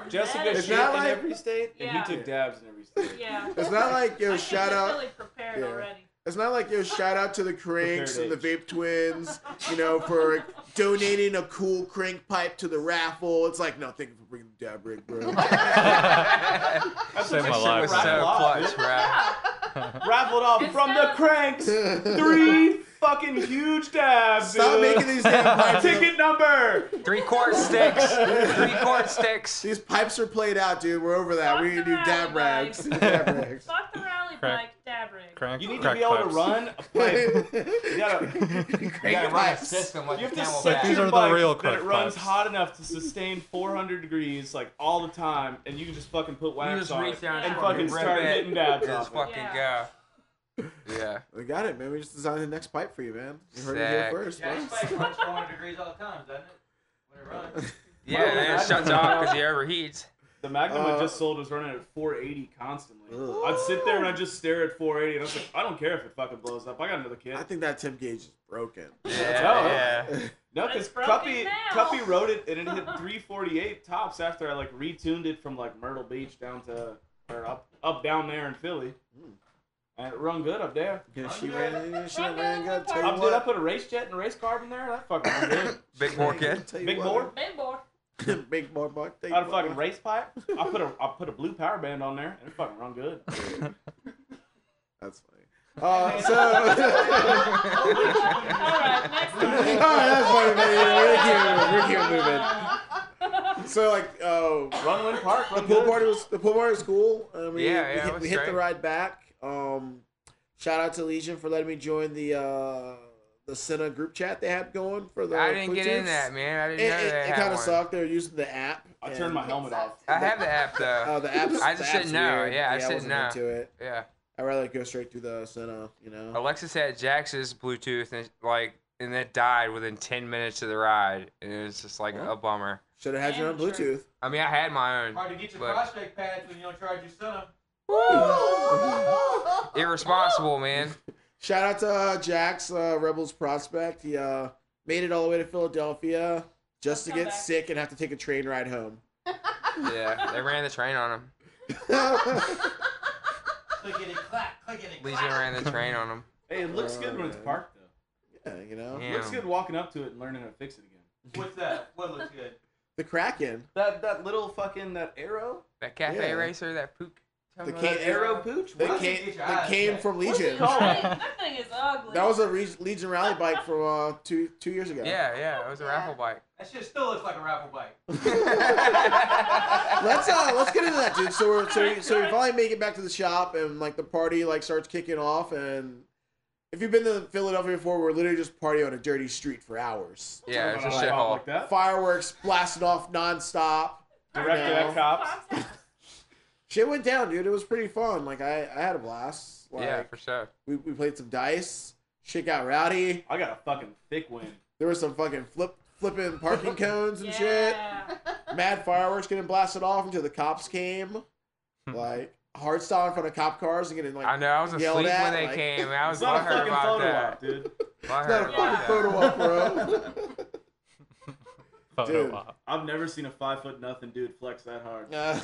Jessica It's shit not in like- every state, and he took *laughs* dabs in every state. *laughs* Yeah. It's not like yo shout out. prepared already. It's not like yo shout out to the cranks and the vape twins, you know, for donating a cool crank pipe to the raffle. It's like no, thank you for bringing the dab rig, *laughs* bro. Saved my life. was so clutch, Raffled off from the *laughs* cranks. Three fucking huge dabs. Stop dude. making *laughs* these damn pipes. Ticket number. Three quart sticks. *laughs* Three quart sticks. These pipes are played out, dude. We're over that. We need to do dab rags. Dab rags. Fuck the rally Crack. bike, dab rig. Crank, You need to crack be able to pipes. run a *laughs* pipe. You gotta, you gotta run a pipes. system like you a have to camel set back. your These are the bike real that it crack runs pipes. hot enough to sustain 400 degrees like all the time, and you can just fucking put wax just on reach it down and and fucking rip start it. hitting dabs. Just off it. fucking *laughs* Yeah. Yeah. *laughs* We got it, man. We just designed the next pipe for you, man. You heard it here Sick. first. Yeah, man. it's like runs 400 degrees all the time, doesn't it? When it *laughs* runs. Yeah, and it shuts off because he overheats. The Magnum I Uh, just sold was running at 480 constantly. I'd sit there and I'd just stare at 480, and I was like, I don't care if it fucking blows up. I got another kid. I think that temp gauge is broken. Yeah, yeah. No, because broken Cuppy, now. Cuppy wrote it and it hit 348 tops after I like retuned it from like Myrtle Beach down to or up up down there in Philly, and it run good up there. Yeah, Hmm. she ran. Yeah, she ran. Got tell I you did. I what. put a race jet and a race carb in there. That fucking run good. *laughs* Big more kid. Tell you Big what, board. Big board. *laughs* Big board, boy. Thank Out you, of fucking boy. race *laughs* pipe. I put a I put a blue power band on there and it fucking run good. That's funny. *laughs* Uh, so. All right, that's funny, man. Yeah, we can't, we can't move it. So like, uh, Runway Park. The pool party was the pool party was cool. Uh, we Yeah, yeah, we, it hit, was we hit the great. ride back. Um, shout out to Legion for letting me join the uh, the Senna group chat they had going for the. I didn't food get in tubes. that, man. I didn't It, know they it, had kind of one. sucked. They were using the app. I and- turned my helmet off. I have the app though. Oh, the app's- I just the didn't app's know. weird. Yeah, I just wasn't didn't know. into it. Yeah. I'd rather go straight through the Senna. You know. Alexis had Jax's Bluetooth and like, and it died within ten minutes of the ride, and it was just like a bummer. Should have had your own Bluetooth. I mean, I had my own. Hard to get your but- prospect pads when you don't charge your son. Irresponsible, man. *laughs* Shout out to uh, Jax, uh, Rebels prospect. He uh, made it all the way to Philadelphia just to get sick and have to take a train ride home. Yeah, they ran the train on him. Clickety clack, clickety clack. Legion ran the *laughs* train on him. Hey, it looks good when it's parked though. Uh, Yeah, you know. though. Looks good walking up to it and learning how to fix it again. What's that? What looks good? The Kraken. That that little fucking that arrow. That cafe Yeah. racer, that pook. The That ca- arrow pooch. That came, that came from Legion. That *laughs* that thing is ugly. was a Re- Legion rally bike from uh, two two years ago. Yeah, yeah, it was a raffle bike. That shit still looks like a raffle bike. let's uh let's get into that dude so we're so we, so we finally make it back to the shop and like the party like starts kicking off and if you've been to philadelphia before we're literally just party on a dirty street for hours Yeah, it's a Like, shithole. Like that? fireworks blasting off nonstop. Directed you know. at cops. Shit went down, dude. It was pretty fun. Like I, I had a blast. Like, Yeah, for sure. We, we played some dice. Shit got rowdy. I got a fucking thick win. There was some fucking flip flipping *laughs* parking cones and shit. Mad fireworks getting blasted off until the cops came. Like hard style in front of cop cars and getting like Hmm. I know. I was asleep yelled when at, they like- came. *laughs* I was It's not a butthurt fucking about photo that. op, dude. It's not a fucking photo op, bro. Dude, *laughs* Photo op. I've never seen a five foot nothing dude flex that hard. Uh,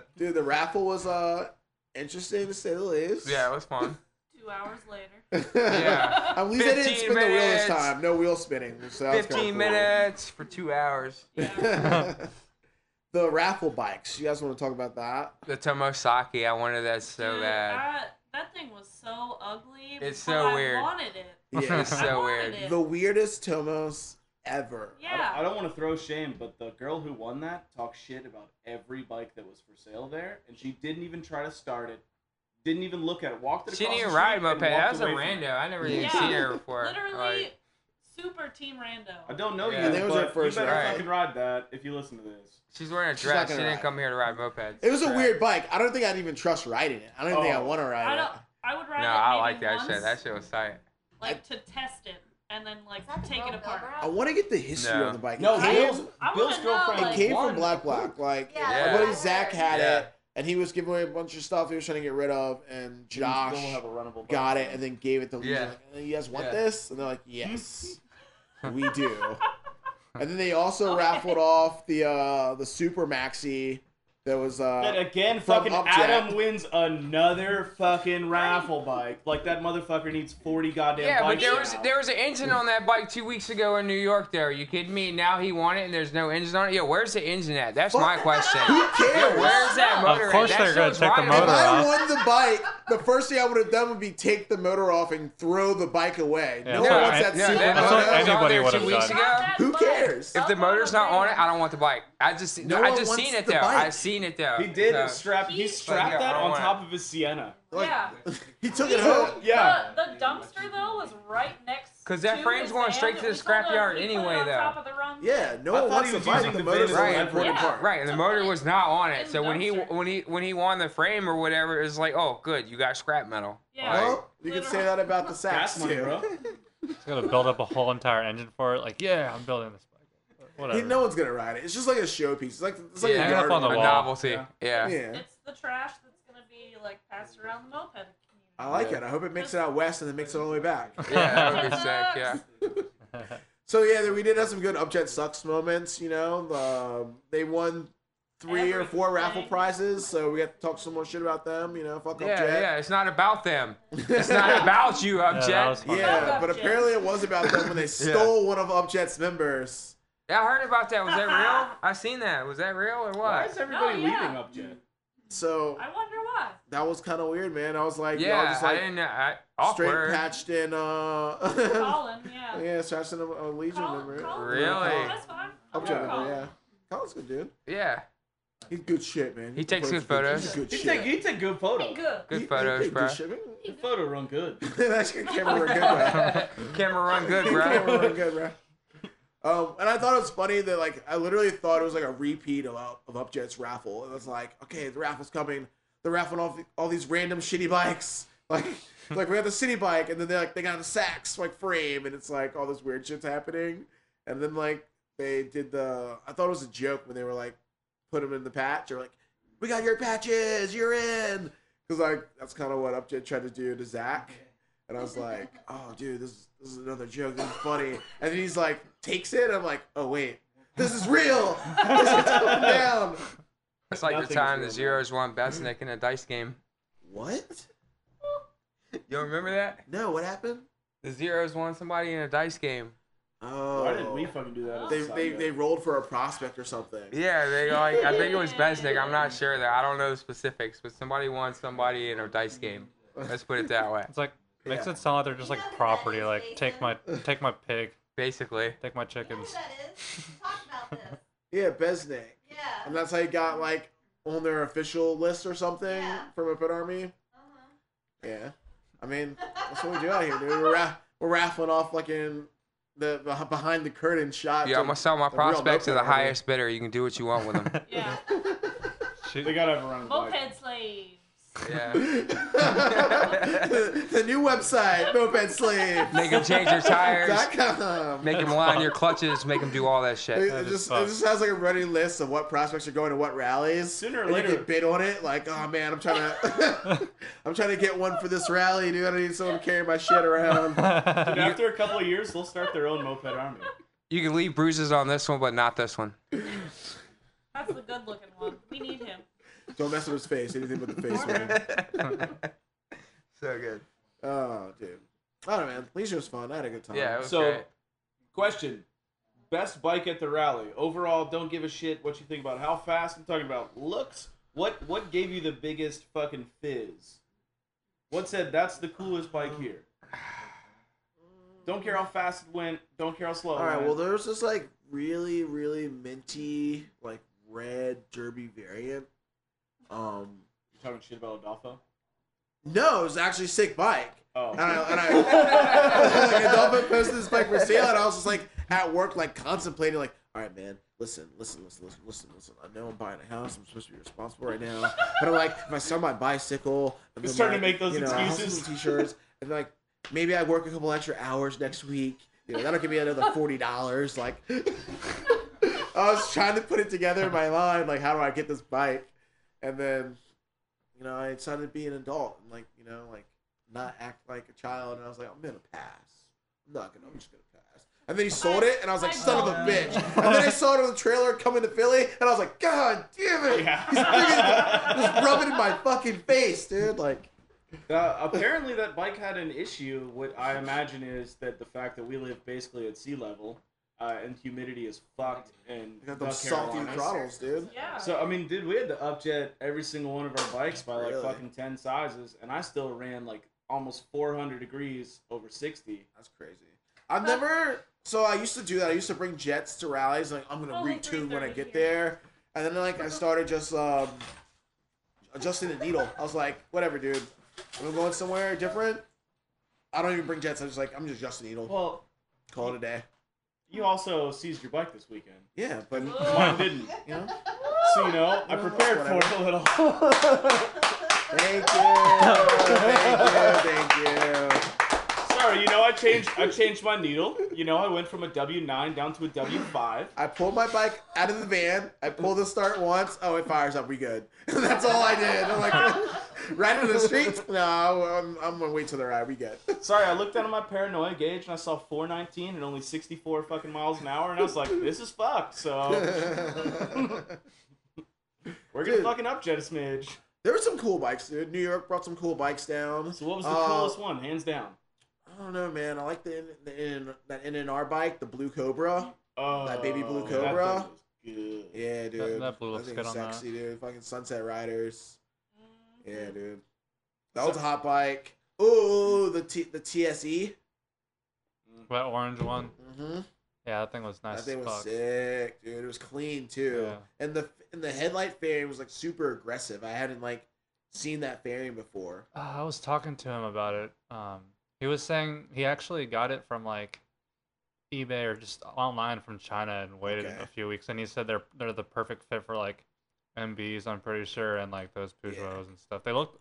*laughs* Dude, the raffle was uh interesting to say the least. Yeah, it was *laughs* fun. Two hours later. Yeah. At least I didn't 15 spin the wheel this minutes. time. No wheel spinning. So that was kinda 15 cool. minutes for two hours. the raffle bikes. You guys want to talk about that? The Tomosaki, I wanted that so bad. I, that thing was so ugly. It's before so I weird. wanted it. Yeah. It's I so *laughs* wanted weird. it. The weirdest Tomos ever. Yeah. I don't want to throw shame, but the girl who won that talked shit about every bike that was for sale there, and she didn't even try to start it. Didn't even look at it. Walked it. She didn't across even the ride street and moped. That walked was a away from it. rando. I never even Yeah. seen her before. Literally, Like, super team rando. I don't know Yeah. you, That was but her first you better ride. fucking ride that if you listen to this. she's wearing a She's not dress. She gonna didn't ride. come here to ride mopeds. It was a Right. weird bike. I don't think I'd even trust riding it. I don't think I Oh. want to ride I it. don't. I would No, ride it I maybe like that once, shit. That shit was tight. like to test it and then like take it apart. I want to get the history No. of the bike. No, it came, Bill's- I Bill's wanna know, girlfriend like, it came won from the Black Black. Like Yeah. my buddy Zach had Yeah. it, and he was giving away a bunch of stuff he was trying to get rid of, and Josh Bill have a runnable bike. got it and then gave it to Lee. Yeah. Like, "Uh, you guys want Yeah. this? And they're like, *laughs* yes, we do. And then they also raffled off the uh the Super Maxi that was uh That again, from fucking Upjack. Adam wins another fucking raffle bike. Like that motherfucker needs forty goddamn Yeah, but bikes. there was there was an engine on that bike two weeks ago in New York. There, are you kidding me? Now he won it, and there's no engine on it. Yo, where's the engine at? That's my question. Who cares? Yo, where's that Of motor? at? course That they're gonna shit's take the right motor up- If I won the bike, the first thing I would have done would be take the motor off and throw the bike away. Yeah, no that's one what wants I- that yeah, super that- motor. that's what I was on there two would've weeks done. ago. Who cares? If the motor's not on it, I don't want the bike. I just No I one just wants seen it the though. bike. I seen it though. he did So- strap. He strapped But, yeah, I that don't on want top of his Sienna. *laughs* Yeah. He took it home. Yeah. The, the dumpster though was right next. Because that to frame's his going van straight that to the we told him scrapyard he put it anyway, on top though. of the wrong Yeah, no I one thought wants he the was bike. using The the motor's the van as an most important airport. part. Right, and the motor was not on it. So when he when he when he won the frame or whatever, it was like, oh, good, you got scrap metal. Yeah. Like, Well, you can say that about the sacks Gas money, too. *laughs* bro. It's gonna build up a whole entire engine for it. Like, yeah, I'm building this bike. Whatever. He- no one's gonna ride it. It's just like a showpiece. It's like it's like Yeah, a hang it up yard on the ornament. wall. a novelty. Yeah. Yeah. It's the trash that's gonna be like passed around the moped. I like it. *laughs* I hope it makes it out west and then makes it all the way back. Yeah, *laughs* that would be sick. Yeah. *laughs* So yeah, then we did have some good Upjet sucks moments. You know, the, they won three or four raffle prizes, so we got to talk some more shit about them. You know, fuck Yeah, Upjet. yeah, it's not about them. It's not about you, Upjet. Yeah, but apparently it was about them *laughs* when they stole one of Upjet's members. Yeah, I heard about that. Was *laughs* that real? I seen that. Was that real or what? Why is everybody No, yeah. leaving Upjet? So I wonder why. that was kind of weird, man. I was like, y'all yeah, just like I didn't know. I, straight awkward. patched in. Uh, *laughs* Colin, yeah. yeah, straight in a, a Legion member. Really? Colin. That's fine. Upjet Yeah. member, yeah. Colin's good dude. Yeah. He's good shit, man. He takes puts- good photos. He's good He shit. take, he take good photos. Good. Good photos, bro. The photo run *laughs* good. That's good camera run good, bro. *laughs* Camera run good, camera bro. run good, bro. Um, and I thought it was funny that like I literally thought it was like a repeat of Up- of Upjet's raffle. It was like, okay, the raffle's coming. They're raffling off all these random shitty bikes. *laughs* Like, like we have the city bike, and then they like they got the sacks like frame, and it's like all this weird shit's happening. And then like they did the I thought it was a joke when they were like put them in the patch or like we got your patches, you're in. Because like that's kind of what Upjet tried to do to Zach, and I was like, oh dude, this is, this is another joke. This is funny. And then he's like takes it. And I'm like, oh wait, this is real. this *laughs* is going down. It's like Nothing's the time real, the zeros won best nick in a dice game. *laughs* What? You remember that? No, what happened? The zeros won somebody in a dice game. Oh, Why did we fucking do that? They they, they rolled for a prospect or something. Yeah, they go like I think it was Besnick. *laughs* I'm not sure that I don't know the specifics, but somebody won somebody in a dice game. Let's put it that way. It's like makes it sound like they're just like property. Like take my take my pig. Basically. Take my chickens. Yeah, Besnick. Yeah. And that's how he got like on their official list or something from Open Army. Yeah. I mean, that's what we do out here, dude. We're, ra- we're raffling off like in the beh- behind the curtain shot. Yeah, I'm gonna sell my prospects to the highest bidder. You can do what you want with them. Yeah. They gotta have a run Moped slaves. *laughs* Yeah. the new website, Moped Slave. Make 'em change their tires. Dot com. *laughs* Make them *laughs* line your clutches. Make them do all that shit. It, it just, it just has like a running list of what prospects are going to what rallies. Sooner or you later- get bid on it. Like, oh man, I'm trying to, *laughs* I'm trying to get one for this rally, dude. I need someone to carry my shit *laughs* around. Dude, after a couple of years, they'll start their own moped army. You can leave bruises on this one, but not this one. That's the good looking one. We need him. Don't mess with his face. Anything but the face, man. So good. Oh, dude. I don't know, man. Leisure was fun. I had a good time. so, question: Best bike at the rally. Overall, don't give a shit what you think about how fast. I'm talking about looks. What what gave you the biggest fucking fizz? What said that's the coolest bike here? Don't care how fast it went. Don't care how slow. All right. It Well, went. there's this like really, really minty, like red derby variant. Um, you talking shit about Adolfo. no, it was actually a sick bike. Oh. And I, *laughs* and I like Adolfo posted this bike for sale, and I was just like at work, like contemplating, like, all right, man, listen, listen, listen, listen, listen, listen. I know I'm buying a house. I'm supposed to be responsible right now, but I'm like, if I sell my bicycle, and It's then, starting to like, make those you know, I'll sell excuses. some t-shirts, and like maybe I work a couple extra hours next week. You know, that'll give me another forty dollars. Like, *laughs* I was trying to put it together in my mind, like, how do I get this bike? And then, you know, I decided to be an adult and like, you know, like not act like a child. And I was like, I'm gonna pass. I'm not gonna. I'm just gonna pass. And then he sold it, and I was like, son of a bitch. And then I saw it on the trailer coming to Philly, and I was like, God damn it! He's friggin' just rubbing it in my fucking face, dude. Like, *laughs* Uh, apparently, that bike had an issue. What I imagine is that the fact that we live basically at sea level uh, and humidity is fucked and got those the salty Carolinas. throttles, dude. Yeah. So I mean, dude, we had to upjet every single one of our bikes by like Really? fucking ten sizes, and I still ran like almost 400 degrees over 60. That's crazy. I've never. So I used to do that. I used to bring jets to rallies. Like I'm gonna retune when I get there, and then like I started just um, adjusting the needle. I was like, whatever, dude. I'm going somewhere different. I don't even bring jets. I'm just like, I'm just adjusting the needle. Well, call it a day. You also seized your bike this weekend. Yeah, but mine didn't. You know? So you know, I prepared for it a little. *laughs* Thank you. Thank you. Thank you. Sorry, you know, I changed. I changed my needle. You know, I went from a W nine down to a W five. I pulled my bike out of the van. I pulled the start once. Oh, it fires up. We good. *laughs* That's all I did. I'm like, *laughs* *laughs* right into the street. No, I'm, I'm gonna wait till they're out. We good. Sorry, I looked down at my paranoia gauge and I saw 419 and only 64 fucking miles an hour, and I was like, this is fucked. *laughs* So we're gonna Dude. fucking upjet a smidge. There were some cool bikes, dude. New York brought some cool bikes down. So what was the Uh, coolest one, hands down? I don't know, man. I like the, N- the N- that NNR bike, the blue Cobra. Oh, that baby that blue Cobra. Good. Yeah, dude. that blue looks thing's good on that. sexy, dude. Fucking Sunset Riders. Mm-hmm. Yeah, dude. That was a hot bike. Ooh, the T- E. the TSE. *laughs* That orange one. Mm-hmm. Yeah, that thing was nice. that thing as was fuck. sick, dude. It was clean too, Yeah. and the and the headlight fairing was like super aggressive. I hadn't like seen that fairing before. Uh, I was talking to him about it. Um, he was saying he actually got it from like eBay or just online from China and waited Okay. a few weeks. And he said they're they're the perfect fit for like MBs, I'm pretty sure, and like those Peugeots and stuff. They look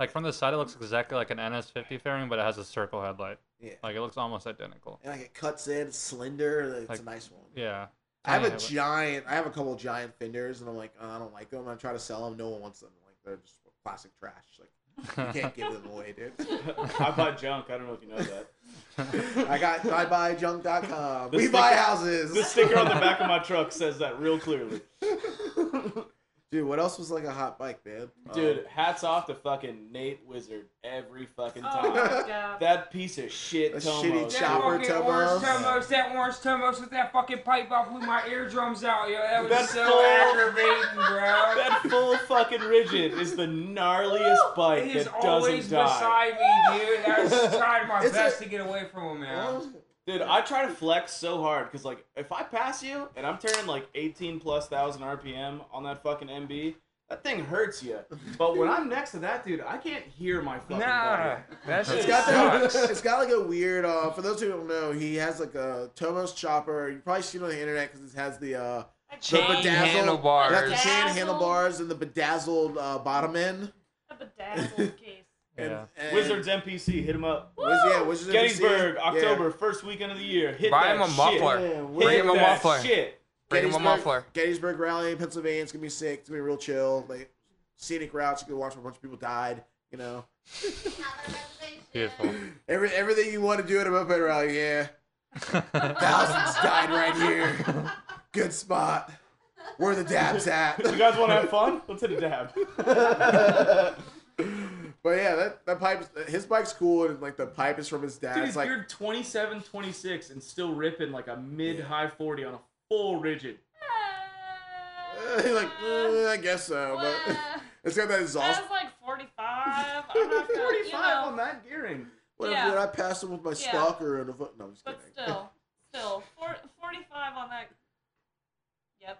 like from the side, it looks exactly like an NS50 fairing, but it has a circle headlight. Yeah. Like it looks almost identical. And like it cuts in, it's slender. and It's Like, a nice one. Yeah. I Tiny have a headlight. giant. I have a couple giant fenders, and I'm like, oh, I don't like them. I try to sell them. No one wants them. Like they're just plastic trash. Like you can't *laughs* give them away, dude. *laughs* I buy junk. I don't know if you know that. *laughs* I got ibuyjunk.com. The we buy sticker- houses. The sticker on the back of my truck says that real clearly. *laughs* Dude, what else was like a hot bike, man? Dude, Um, hats off to fucking Nate Wizard every fucking Oh, time. yeah. that piece of shit. That Tomo. shitty That fucking orange Tomos, that orange Tomos with that fucking pipe up blew my eardrums out, yo. That was That so full- aggravating, bro. *laughs* That full fucking rigid is the gnarliest bike He is that always doesn't die. beside me, dude. and I *laughs* was trying my It's best a- to get away from him, man. Dude, I try to flex so hard because like if I pass you and I'm turning like 18 plus thousand RPM on that fucking MB, that thing hurts you. But when I'm next to that dude, I can't hear my fucking Nah, body. that It's shit got that, sucks. *laughs* it's got like a weird. Uh, for those who don't know, he has like a Tomos chopper. You probably seen it on the internet because it has the uh, Chain the handlebars. got the chain Bedazzled. handlebars, and the bedazzled uh, bottom end. Yeah. and- Wizards MPC, hit him up. Wiz- yeah, Wizards MPC, Gettysburg, yeah. October, first weekend of the year. Hit Buy that him a shit. muffler. Hit Bring him a that muffler. Shit. Bring him a Gettysburg- muffler. Gettysburg rally in Pennsylvania. It's gonna be sick. It's gonna be real chill. Like scenic routes. You can watch a bunch of people died. You know, *laughs* Beautiful. every everything you want to do at a moped rally. *laughs* Yeah, thousands died right here. Good spot. Where *laughs* the dabs at? You guys want to have fun? Let's hit a *laughs* dab. But yeah, that that pipe, his bike's cool, and like the pipe is from his dad. Dude, it's he's like, like, 27, 26, and still ripping like a mid high 40 on a full rigid. he's *laughs* like, "Mm, I guess so, but *laughs* it's got that I exhaust. was like 45. I'm not gonna, 45 you know, on that gearing. What yeah. if dude, I passed him with my Yeah. stalker and a foot? No, I'm just But kidding. still, still, four, 45 on that. Yep.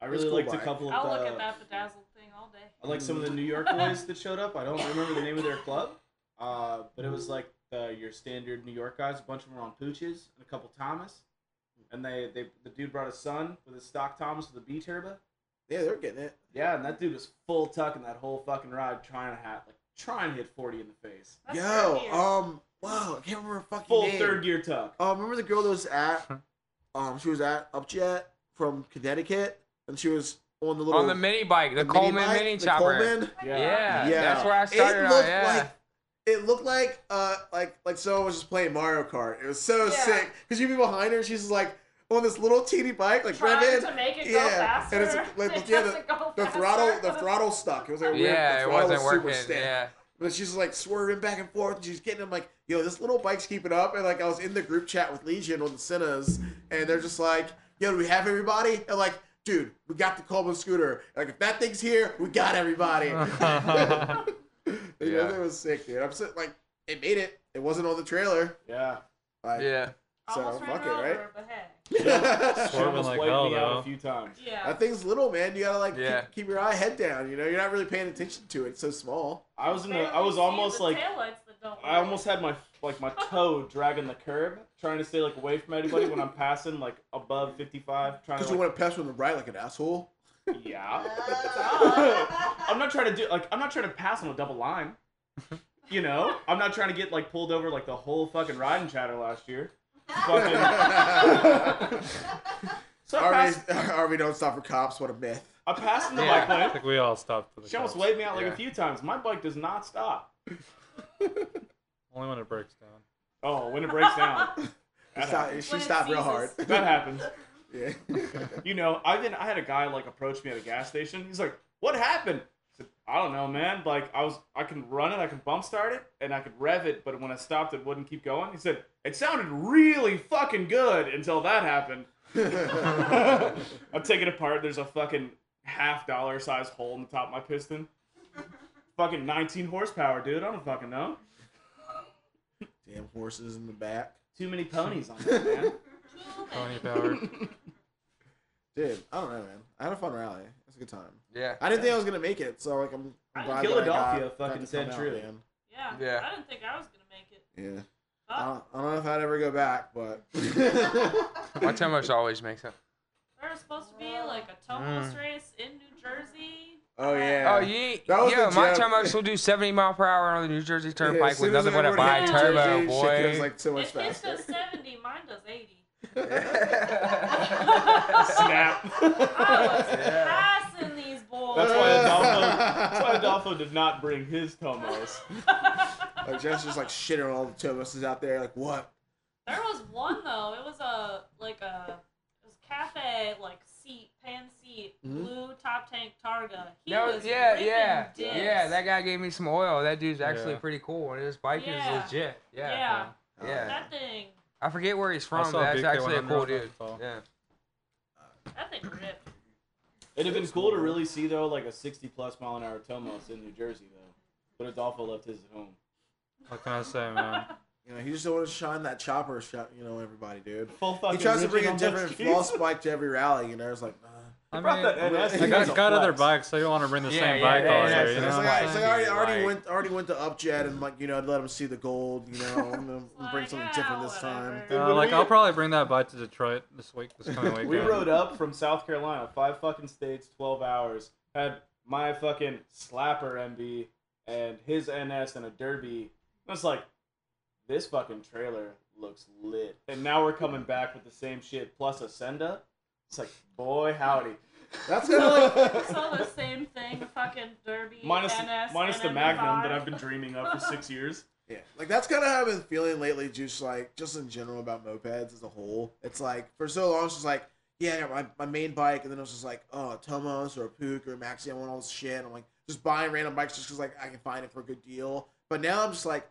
I It's really cool liked a bike. couple of uh, I'll the, look at that bedazzled thing all day. I like some of the *laughs* New York boys that showed up. I don't remember the name of their club, uh, but it was like uh your standard New York guys. A bunch of them were on pooches and a couple Thomas, and they, they the dude brought his son with his stock Thomas with a B turbo. Yeah, they're getting it. Yeah, and that dude was full tucking that whole fucking ride, trying to hat like trying to hit forty in the face. Yo, um, Whoa, I can't remember her fucking Full name. third gear tuck. Oh, remember the girl that was *laughs* at, um, she was at UpJet from Connecticut, and she was on the little on the mini bike, the, mini Coleman bike, mini the chopper. Coleman? Yeah. Yeah, that's where I *laughs* started It out, looked yeah. like it looked like uh like like someone was just playing Mario Kart. It was so sick because you'd be behind her, and she's just like on this little teeny bike, like Trying rev in. to make it go yeah, faster. and it's like *laughs* It yeah, the, doesn't go the faster. throttle the throttle stuck. It was like a weird, Yeah, the it throttle wasn't was super working, stiff. yeah. But she's like swerving back and forth, and she's getting. I'm like, yo, this little bike's keeping up. And like, I was in the group chat with Legion on the Cenas, and they're just like, yo, do we have everybody? And like, dude, we got the Coleman scooter. like, if that thing's here, we got everybody. *laughs* yeah. It was sick, dude. I'm so, like, it made it. It wasn't on the trailer. Yeah. Like, yeah. So Almost ran fuck it, her right? over, *laughs* but hey. Yeah. Swerving Almost like wiped hell, me out though. a few times. Yeah. That thing's little, man. You gotta like Yeah. keep, keep your eye head down. You know, you're not really paying attention to it. It's so small. *laughs* I was in the. I Barely was see almost the like. taillights that don't I work. almost had my like my toe dragging the curb, trying to stay like away from anybody when I'm passing like above 55, trying to. Because Like, you want to pass on the right like an asshole. Yeah. *laughs* I'm not trying to do like I'm not trying to pass on a double line. You know, I'm not trying to get like pulled over like the whole fucking riding chatter last year. *laughs* Fucking. *laughs* so I Army, passed, *laughs* Army don't stop for cops. What a myth. I passed in the Yeah. bike lane. I think we all stopped for the She almost cops. waved me out like Yeah. a few times. My bike does not stop. Only when it breaks down. Oh, when it breaks *laughs* down. She stopped- she When it stopped real seizes. hard. That happens. *laughs* Yeah. *laughs* you know, I then I had a guy like approach me at a gas station. He's like, "What happened?" I said, "I don't know, man. Like I was, I can run it, I can bump start it, and I could rev it, but when I stopped, it wouldn't keep going." He said, "It sounded really fucking good until that happened." *laughs* *laughs* I take it apart. There's a fucking half dollar size hole in the top of my *laughs* piston. Fucking 19 horsepower, dude. I don't fucking know. Damn horses in the back. Too many ponies on that, *laughs* *laughs* man. Pony power. Dude, I don't know, man. I had a fun rally. It was a good time. Yeah. I didn't think I was gonna make it, so like I'm. I'm glad that I Philadelphia got- fucking got to said come out, true. man. Yeah. Yeah. I didn't think I was gonna make it. Yeah. I don't, I don't know if I'd ever go back, *laughs* but My Tomos always makes up. There was supposed to be like a tumbles Mm. race in New Jersey. Oh Oh yeah. Yo, my Tomos will do 70 mile per hour on the New Jersey Yeah, as Turnpike soon with as nothing but a everyone bi hit New Jersey, turbo, shit boy. goes, like, so *laughs* much If his faster. does seventy, mine does *laughs* eighty. *laughs* Snap. *laughs* Passing these boys. That's why Adolfo. that's why Adolfo did not bring *laughs* his tomos. like Jeff's just like shitting on all the Tomoses out there. Like what? There was one though. It was a like a it was a cafe like seat pan seat Mhm. blue top tank Targa. He That was, was, yeah, ripping yeah, dicks. yeah. That guy gave me some oil. That dude's actually Yeah. pretty cool. And his bike Yeah. is legit. Yeah, yeah. yeah. Oh, Yeah. That thing. I forget where he's I from. saw but That's BK actually a 100 cool off that dude. fall. Yeah. That thing ripped. It'd have been cool to really see though, like a 60 plus mile an hour Tomos in New Jersey though. But Adolfo left his at home. What can I say, man? You know, he just don't want to shine that chopper shot. You know, everybody, dude. Full he fucking tries to Richard bring a on *laughs* different those floss keys. bike to every rally. You know, it's like. Nah. I brought that NS I as a got, got other flex. bikes. so you don't want to bring the Yeah, same yeah, bike yeah, all yeah, there. yeah, You know? yeah. what It's I'm like, I- saying? it's like I already, already went already went to Upjet and like you know let him see the gold. You know, I'm *laughs* gonna bring something different this oh, time. Uh, like I'll probably bring that bike to Detroit this week, this coming weekend. *laughs* We rode up from South Carolina, five fucking states, 12 hours. Had my fucking slapper MB and his NS and a derby. I was like, this fucking trailer looks lit. And now we're coming back with the same shit plus a Senda. It's like, boy, howdy. That's *laughs* So like, it's all the same thing. The fucking derby. minus, NS, minus the NM5. Magnum that I've been dreaming of for *laughs* six years. Yeah, like that's kind of how I've been feeling lately, just like just in general about mopeds as a whole. It's like for so long, it's just like yeah, I got my, my main bike, and then I was just like, oh, a Tomos or a Puke or a Maxi, I want all this shit. I'm like just buying random bikes just because like I can find it for a good deal. But now I'm just like,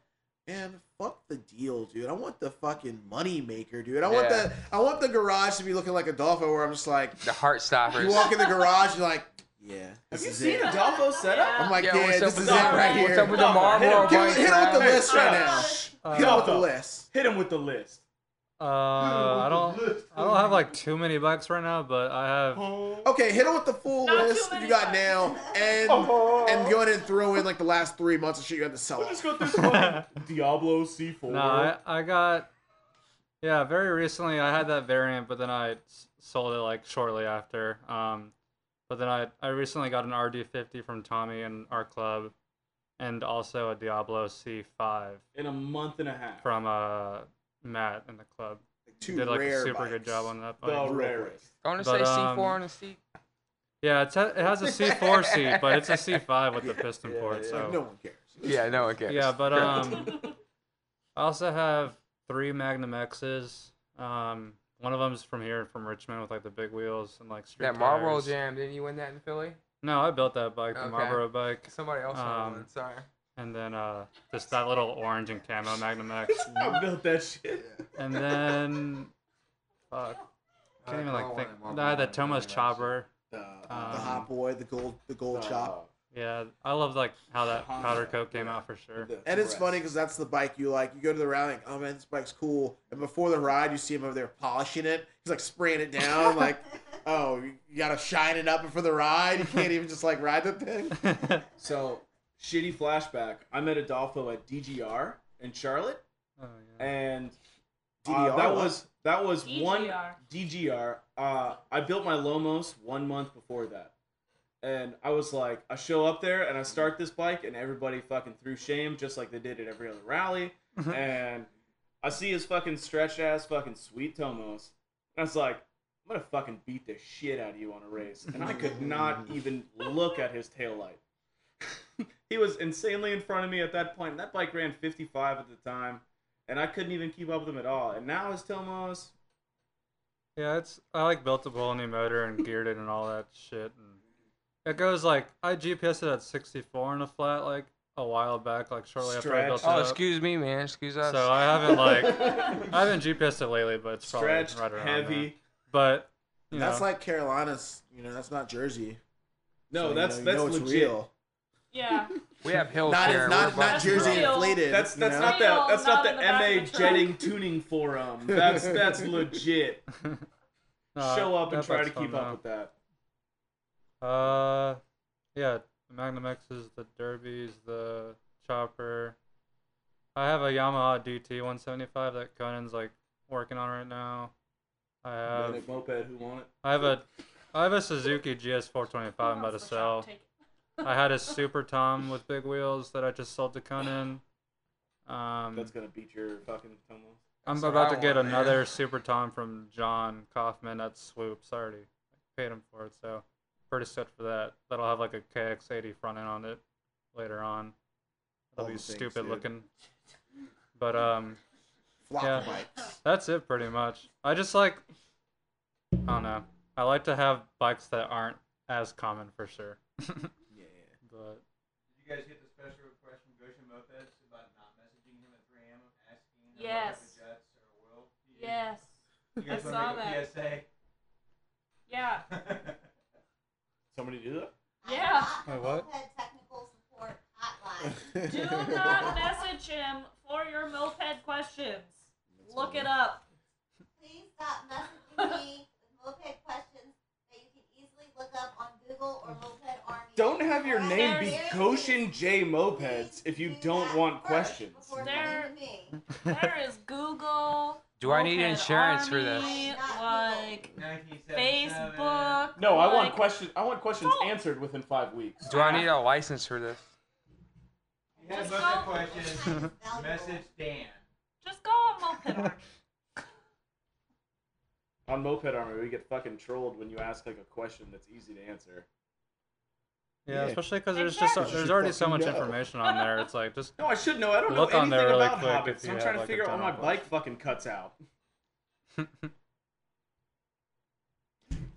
man, fuck the deal, dude. I want the fucking money maker, dude. I want Yeah. the I want the garage to be looking like Adolfo, where I'm just like, The Heart Stoppers. you walk in *laughs* the garage, you're like, yeah. Have this you is seen it. Adolfo set up? I'm like, Yeah, yeah, what's up this with is it the- right here. what's up with the Marlboro Give him- bikes, Hit him with the man? list right Hey, Uh, now. Hit him with the list. Hit him with the list. Uh, I don't, I don't have like too many bikes right now, but I have. Okay, hit him with the full list you got now, *laughs* and and go ahead and throw in like the last three months of shit you had to sell. We'll just go through one. *laughs* Diablo C4. No, I, I got. Yeah, very recently I had that variant, but then I s- sold it like shortly after. Um, but then I I recently got an RD50 from Tommy in our club, and also a Diablo C5 in a month and a half from uh, Matt in the club. two Did like rare a super bikes. good job on that. The Bike. rarest. Don't it But, say C4 um, on the seat? Yeah, it's ha- it has a C4 seat, but it's a C5 with the piston port. *laughs* yeah, so no one cares. Yeah, no one cares. Yeah, but Correct. um, *laughs* I also have three Magnum X's. Um, one of them's from here, from Richmond, with like the big wheels and like street That Marlboro tires. Jam, didn't you win that in Philly? No, I built that bike, the Okay. Marlboro bike. Um, Somebody else had one, sorry. And then uh, just that little orange and camo Magnum *laughs* X. I built that shit. and then, fuck, Uh, can't even Marlboro like think. one, No, I had Marlboro that Toma's chopper. the Um, hot Ah, boy, the gold, the gold chop. Yeah, I love like how that powder coat came out for sure. And it's funny because that's the bike you like. You go to the rally, like, oh man, this bike's cool. And before the ride, you see him over there polishing it. He's like spraying it down, like, oh, you gotta shine it up before the ride. You can't even just like *laughs* ride the thing. So, shitty flashback. I met Adolfo at DGR in Charlotte, and uh, DDR, that what? was that was one DGR. DGR. Uh, I built my Lomos one month before that, and I was like, I show up there and I start this bike, and everybody fucking threw shame just like they did at every other rally, and I see his fucking stretched ass fucking sweet Tomos, and I was like. I'm gonna fucking beat the shit out of you on a race, and I could not even look at his taillight *laughs* he was insanely in front of me at that point. That bike ran 55 at the time, and I couldn't even keep up with him at all. And now his Tomos, Yeah, it's I like built a whole new motor and geared it and all that shit. And it goes like I GPS it at 64 in a flat like a while back, like shortly after I built it. Oh, up. excuse me, man. Excuse us. So I haven't like *laughs* I haven't GPSed it lately, but it's probably Stretched, right around heavy. there. But you that's know, like Carolina's. You know, that's not Jersey. No, you that's- you that's it's legit. Yeah. *laughs* We have hills Not- here. not- We're not bumping Jersey hills. inflated. that's you that's know? not the that's not, not in the the back MA of the truck. jetting tuning forum. *laughs* That's that's legit. No, Show up and Uh, that try to bike's keep fun, up though. with that. Uh, yeah, the Magnum X is the Derbies, the Chopper. I have a Yamaha DT 175 that Conan's like working on right now. I have Manic moped, who want it? I have a I have a Suzuki GS425 I'm about to sell. I had a Super Tom with big wheels that I just sold to Conan. Um, That's gonna beat your fucking Tomos. I'm That's what about I to get want, man. another Super Tom from John Kaufman at Swoops. I already paid him for it, so pretty set for that. That'll have like a KX80 front end on it later on. All It'll be the things, stupid dude. looking, but um, Flop yeah, bikes. that's it pretty much. I just like, I don't know. I like to have bikes that aren't as common for sure. *laughs* yeah. But Did you guys get the special request from Goshen Mopeds about not messaging him at 3 a.m. asking him Yes. about the Jets or Will? You- Yes. You I guys want saw to make that. a PSA? Yeah. *laughs* Somebody do that? Yeah. Wait, what? Moped technical *laughs* support Do hotline. not message him for your moped questions. Look it up. Please stop messaging me with moped questions that you can easily look up on Google or Moped Army. Don't have your name be Seriously? Goshen J Mopeds if you don't want questions. There, there is Google. Do I need Moped insurance for this? Army, Like Facebook. No, I want like- questions. I want questions answered within five weeks. Do I need a license for this? You had a moped *laughs* question. Message Dan. Just go on moped. *laughs* Army. On Moped Army, we get fucking trolled when you ask like a question that's easy to answer. yeah, Yeah. especially because there's just Exactly. there's already so Fucking much go. information on there. It's like just No, I should know. I don't Look know on anything there really about quick hobbits. if you I'm have, trying like, to a figure out why my general bike fucking cuts out.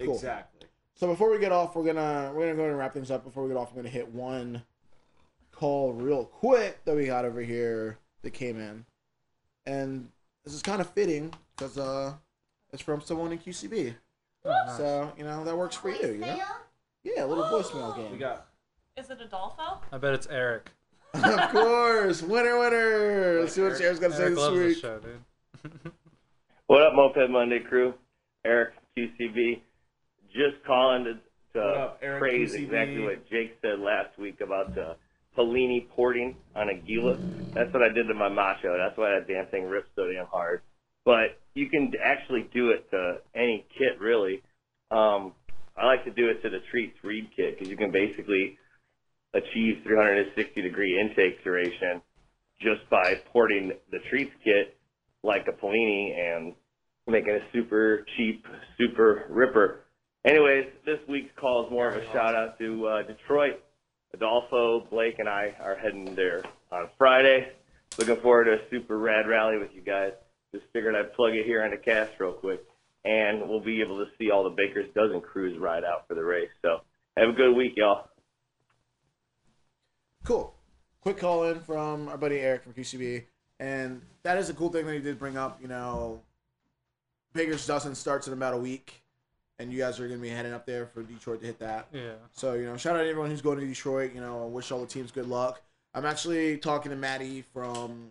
Cool. Exactly. So before we get off, we're gonna we're gonna go ahead and wrap things up. Before we get off, I'm gonna hit one call real quick that we got over here that came in, and this is kind of fitting because uh, it's from someone in QCB. So you know that works for you. You know, yeah, a little voicemail game. We got. Is it Adolfo? I bet it's Eric. *laughs* of course, winner, winner. Let's see what Jared's gonna say Eric this loves week. this show, dude. What up, Moped Monday crew? Eric QCB. Just calling to, to What up, Eric praise QCB? exactly what Jake said last week about the Polini porting on a Gila. That's what I did to my macho. That's why that damn thing rips so damn hard. But you can actually do it to any kit, really. Um, I like to do it to the Treats Reed kit because you can basically achieve 360 degree intake duration just by porting the treats kit like a Polini and making a super cheap, super ripper. Anyways, this week's call is more of a shout out to uh, Detroit. Adolfo, Blake, and I are heading there on Friday. Looking forward to a super rad rally with you guys. Just figured I'd plug it here on the cast real quick, and we'll be able to see all the Baker's Dozen crews ride out for the race. So have a good week, y'all. Cool. Quick call in from our buddy Eric from QCB, and that is a cool thing that he did bring up. You know, Baker's Dozen starts in about a week, and you guys are going to be heading up there for Detroit to hit that. Yeah. So you know, shout out to everyone who's going to Detroit. You know, wish all the teams good luck. I'm actually talking to Maddie from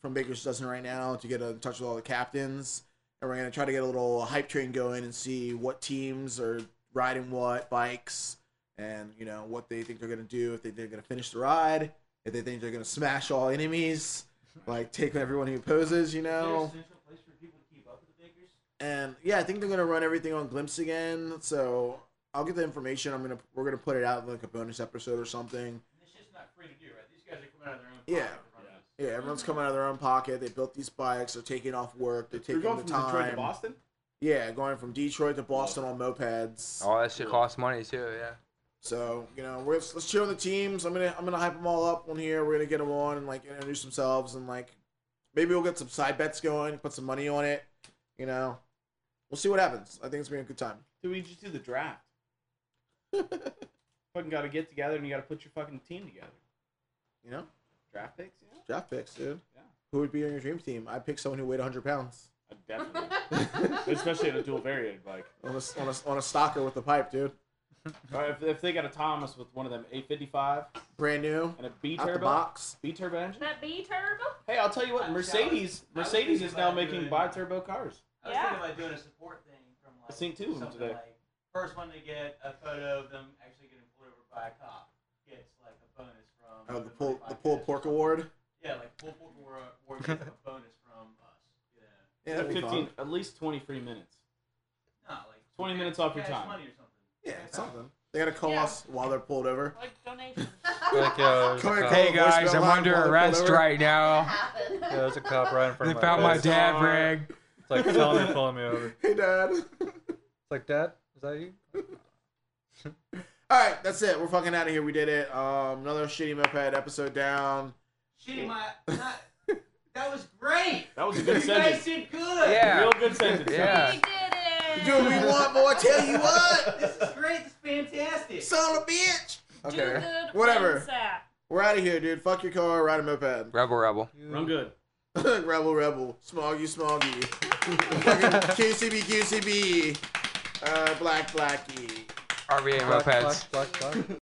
from Baker's Dozen right now to get in touch with all the captains, and we're gonna try to get a little hype train going and see what teams are riding what bikes, and you know what they think they're gonna do if they think they're gonna finish the ride, if they think they're gonna smash all *laughs* enemies, like take everyone who opposes, you know. and yeah, I think they're gonna run everything on Glimpse again. So I'll get the information. I'm gonna we're gonna put it out in like a bonus episode or something. It's just not free to do, right? These guys are coming out of their own. Yeah. Yeah, everyone's coming out of their own pocket. They built these bikes. They're taking off work. They're You're taking going the from time. Detroit to Boston. Yeah, going from Detroit to Boston on mopeds. Oh, that shit costs money too. Yeah. So you know, we're, let's cheer on the teams. I'm gonna I'm gonna hype them all up on here. We're gonna get them on and like introduce themselves and like maybe we'll get some side bets going. Put some money on it. You know, we'll see what happens. I think it's gonna be a good time. Dude, we just do the draft. fucking got to get together and you got to put your fucking team together. You know, draft picks. You know? Draft picks, dude. Who would be on your dream team? I pick someone who weighed 100 pounds. *laughs* Definitely, especially on a dual variant bike. On a, on a, on a stalker with the pipe, dude. Or if, if they got a Thomas with one of them 855 Brand new. and a B Out the turbo box. B turbo engine. That B turbo? Hey, I'll tell you what, Mercedes I was Mercedes thinking is now about making doing- bi turbo cars. I was thinking about doing a support thing from like I seen two of them something today. Like, first one to get a photo of them actually getting pulled over by a cop gets like a bonus from Oh, the pull the pull pork award. yeah, like pull pull over or get *laughs* a bonus from us. Yeah, They're that'd be 15, fun. at least 20 free minutes. No, like 20 minutes off your cash time. money or something. Yeah, something. They gotta call us while they're pulled over. Like donations. *laughs* Like, uh, Come here, hey call the guys, voicemail I'm line under while they're arrest pulled over." right now. Yeah, there's a cop right in front They of my found my face. dad rig. It's like telling me, pulling me over. It's Hey, Dad. like, Dad, is that you? All right, that's it. We're fucking out of here. We did it. Um, another shitty moped episode down. Shitty, my *laughs* not, that was great. That was a You good guys sentence. did good. Yeah. Real good sentence. Yeah. Do we want more? Tell you what, This is great. This is fantastic. son of a bitch. Do *laughs* Okay, good, whatever. one sap. We're out of here, dude. Fuck your car. Ride a moped. Rebel, rebel. Run good. *laughs* rebel, rebel. Smoggy, smoggy. Fucking *laughs* QCB, QCB. Uh, black, blackie. RVA mopeds. Black, black, black.